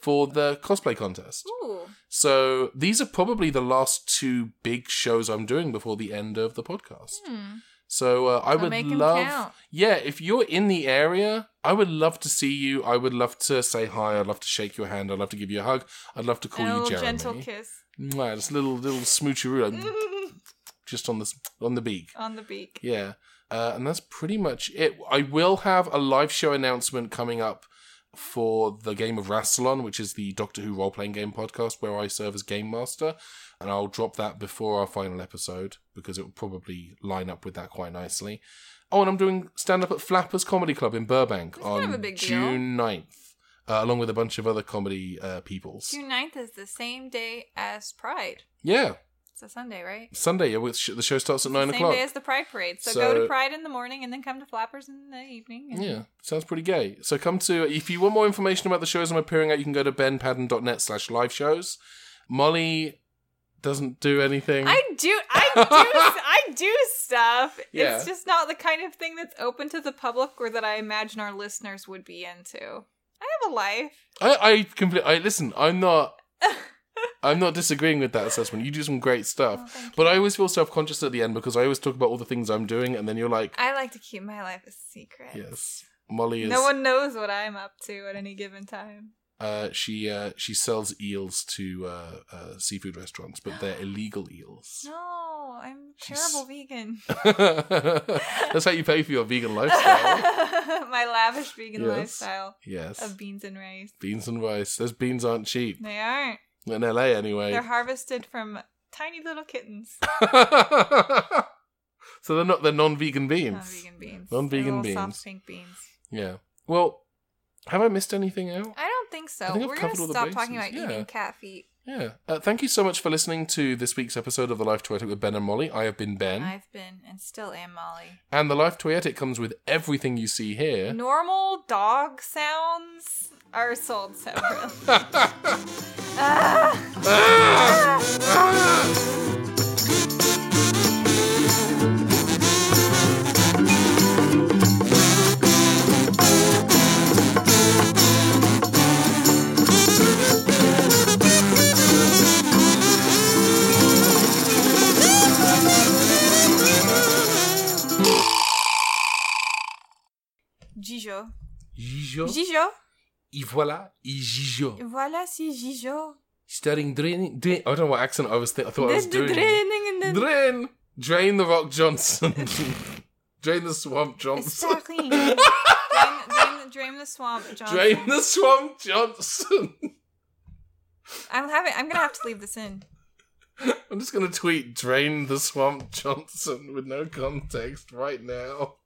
[SPEAKER 1] for the cosplay contest.
[SPEAKER 2] Ooh.
[SPEAKER 1] So these are probably the last two big shows I'm doing before the end of the podcast. So uh, I
[SPEAKER 2] Hmm. I'll
[SPEAKER 1] would
[SPEAKER 2] make 'em
[SPEAKER 1] love,
[SPEAKER 2] count.
[SPEAKER 1] yeah, if you're in the area, I would love to see you. I would love to say hi. I'd love to shake your hand. I'd love to give you a hug. I'd love to call
[SPEAKER 2] And a
[SPEAKER 1] you
[SPEAKER 2] little
[SPEAKER 1] Jeremy.
[SPEAKER 2] gentle kiss
[SPEAKER 1] Mwah, just a Mm, little little smoocheroo, like, just on the s- on the beak.
[SPEAKER 2] on the beak.
[SPEAKER 1] Yeah, uh, and that's pretty much it. I will have a live show announcement coming up for the game of Rassilon, which is the Doctor Who role playing game podcast where I serve as game master, and I'll drop that before our final episode because it will probably line up with that quite nicely. Oh, and I'm doing stand up at Flappers Comedy Club in Burbank
[SPEAKER 2] That's
[SPEAKER 1] on
[SPEAKER 2] kind of a big deal.
[SPEAKER 1] June 9th, uh, along with a bunch of other comedy uh, peoples.
[SPEAKER 2] June 9th is the same day as Pride.
[SPEAKER 1] Yeah,
[SPEAKER 2] It's a Sunday, right?
[SPEAKER 1] Sunday. yeah, which- The show starts at
[SPEAKER 2] It's
[SPEAKER 1] 9
[SPEAKER 2] the
[SPEAKER 1] o'clock.
[SPEAKER 2] Same day as the Pride Parade. So,
[SPEAKER 1] So-
[SPEAKER 2] go to Pride in the morning and then come to Flappers in the evening. and-
[SPEAKER 1] Yeah, sounds pretty gay. So come to if you want more information about the shows I'm appearing at, you can go to benpadden.net slash live shows. Molly doesn't do anything.
[SPEAKER 2] I do, I do, I do stuff.
[SPEAKER 1] Yeah.
[SPEAKER 2] It's just not the kind of thing that's open to the public or that I imagine our listeners would be into. I have a life.
[SPEAKER 1] I, I completely. I listen. I'm not. I'm not disagreeing with that assessment. You do some great stuff, but I always feel self conscious at the end because I always talk about all the things I'm doing, and then you're like,
[SPEAKER 2] I like to keep my life a secret.
[SPEAKER 1] "Yes, Molly is."
[SPEAKER 2] No one knows what I'm up to at any given time.
[SPEAKER 1] uh, she uh, she sells eels to uh, uh, seafood restaurants, but they're illegal eels.
[SPEAKER 2] No, I'm a
[SPEAKER 1] She's-
[SPEAKER 2] terrible vegan.
[SPEAKER 1] That's how you pay for your vegan lifestyle.
[SPEAKER 2] my lavish vegan
[SPEAKER 1] Yes.
[SPEAKER 2] lifestyle
[SPEAKER 1] yes.
[SPEAKER 2] of beans and rice.
[SPEAKER 1] Beans and rice. Those beans aren't cheap
[SPEAKER 2] They aren't.
[SPEAKER 1] in LA, anyway.
[SPEAKER 2] They're harvested from tiny little kittens.
[SPEAKER 1] so they're not they're non-vegan beans.
[SPEAKER 2] Non-vegan beans.
[SPEAKER 1] Non-vegan
[SPEAKER 2] Little
[SPEAKER 1] beans.
[SPEAKER 2] Soft pink beans.
[SPEAKER 1] Yeah. Well, have I missed anything out?
[SPEAKER 2] I don't think so.
[SPEAKER 1] I think I've
[SPEAKER 2] We're
[SPEAKER 1] covered all
[SPEAKER 2] gonna
[SPEAKER 1] the
[SPEAKER 2] stop talking about
[SPEAKER 1] bases, yeah.
[SPEAKER 2] eating cat feet.
[SPEAKER 1] Yeah. Uh, thank you so much for listening to this week's episode of the Life Toyetic with Ben and Molly. I have been Ben,
[SPEAKER 2] I've been and still am Molly.
[SPEAKER 1] and the Life Toyetic comes with everything you see here.
[SPEAKER 2] Normal dog sounds are sold separately. Ah!
[SPEAKER 1] Gijo.
[SPEAKER 2] Gijo.
[SPEAKER 1] Et voilà, et Gijo.
[SPEAKER 2] Voilà, si Gijo.
[SPEAKER 1] Starting drain, drain. I don't know what accent I was. Th- I thought I was
[SPEAKER 2] There's
[SPEAKER 1] doing.
[SPEAKER 2] the draining and then
[SPEAKER 1] Drain, drain the rock Johnson. drain the swamp Johnson.
[SPEAKER 2] Exactly. drain, drain, the- drain the swamp, John.
[SPEAKER 1] Drain the swamp Johnson.
[SPEAKER 2] I'm having. I'm gonna have to leave this in.
[SPEAKER 1] I'm just gonna tweet drain the swamp Johnson with no context right now.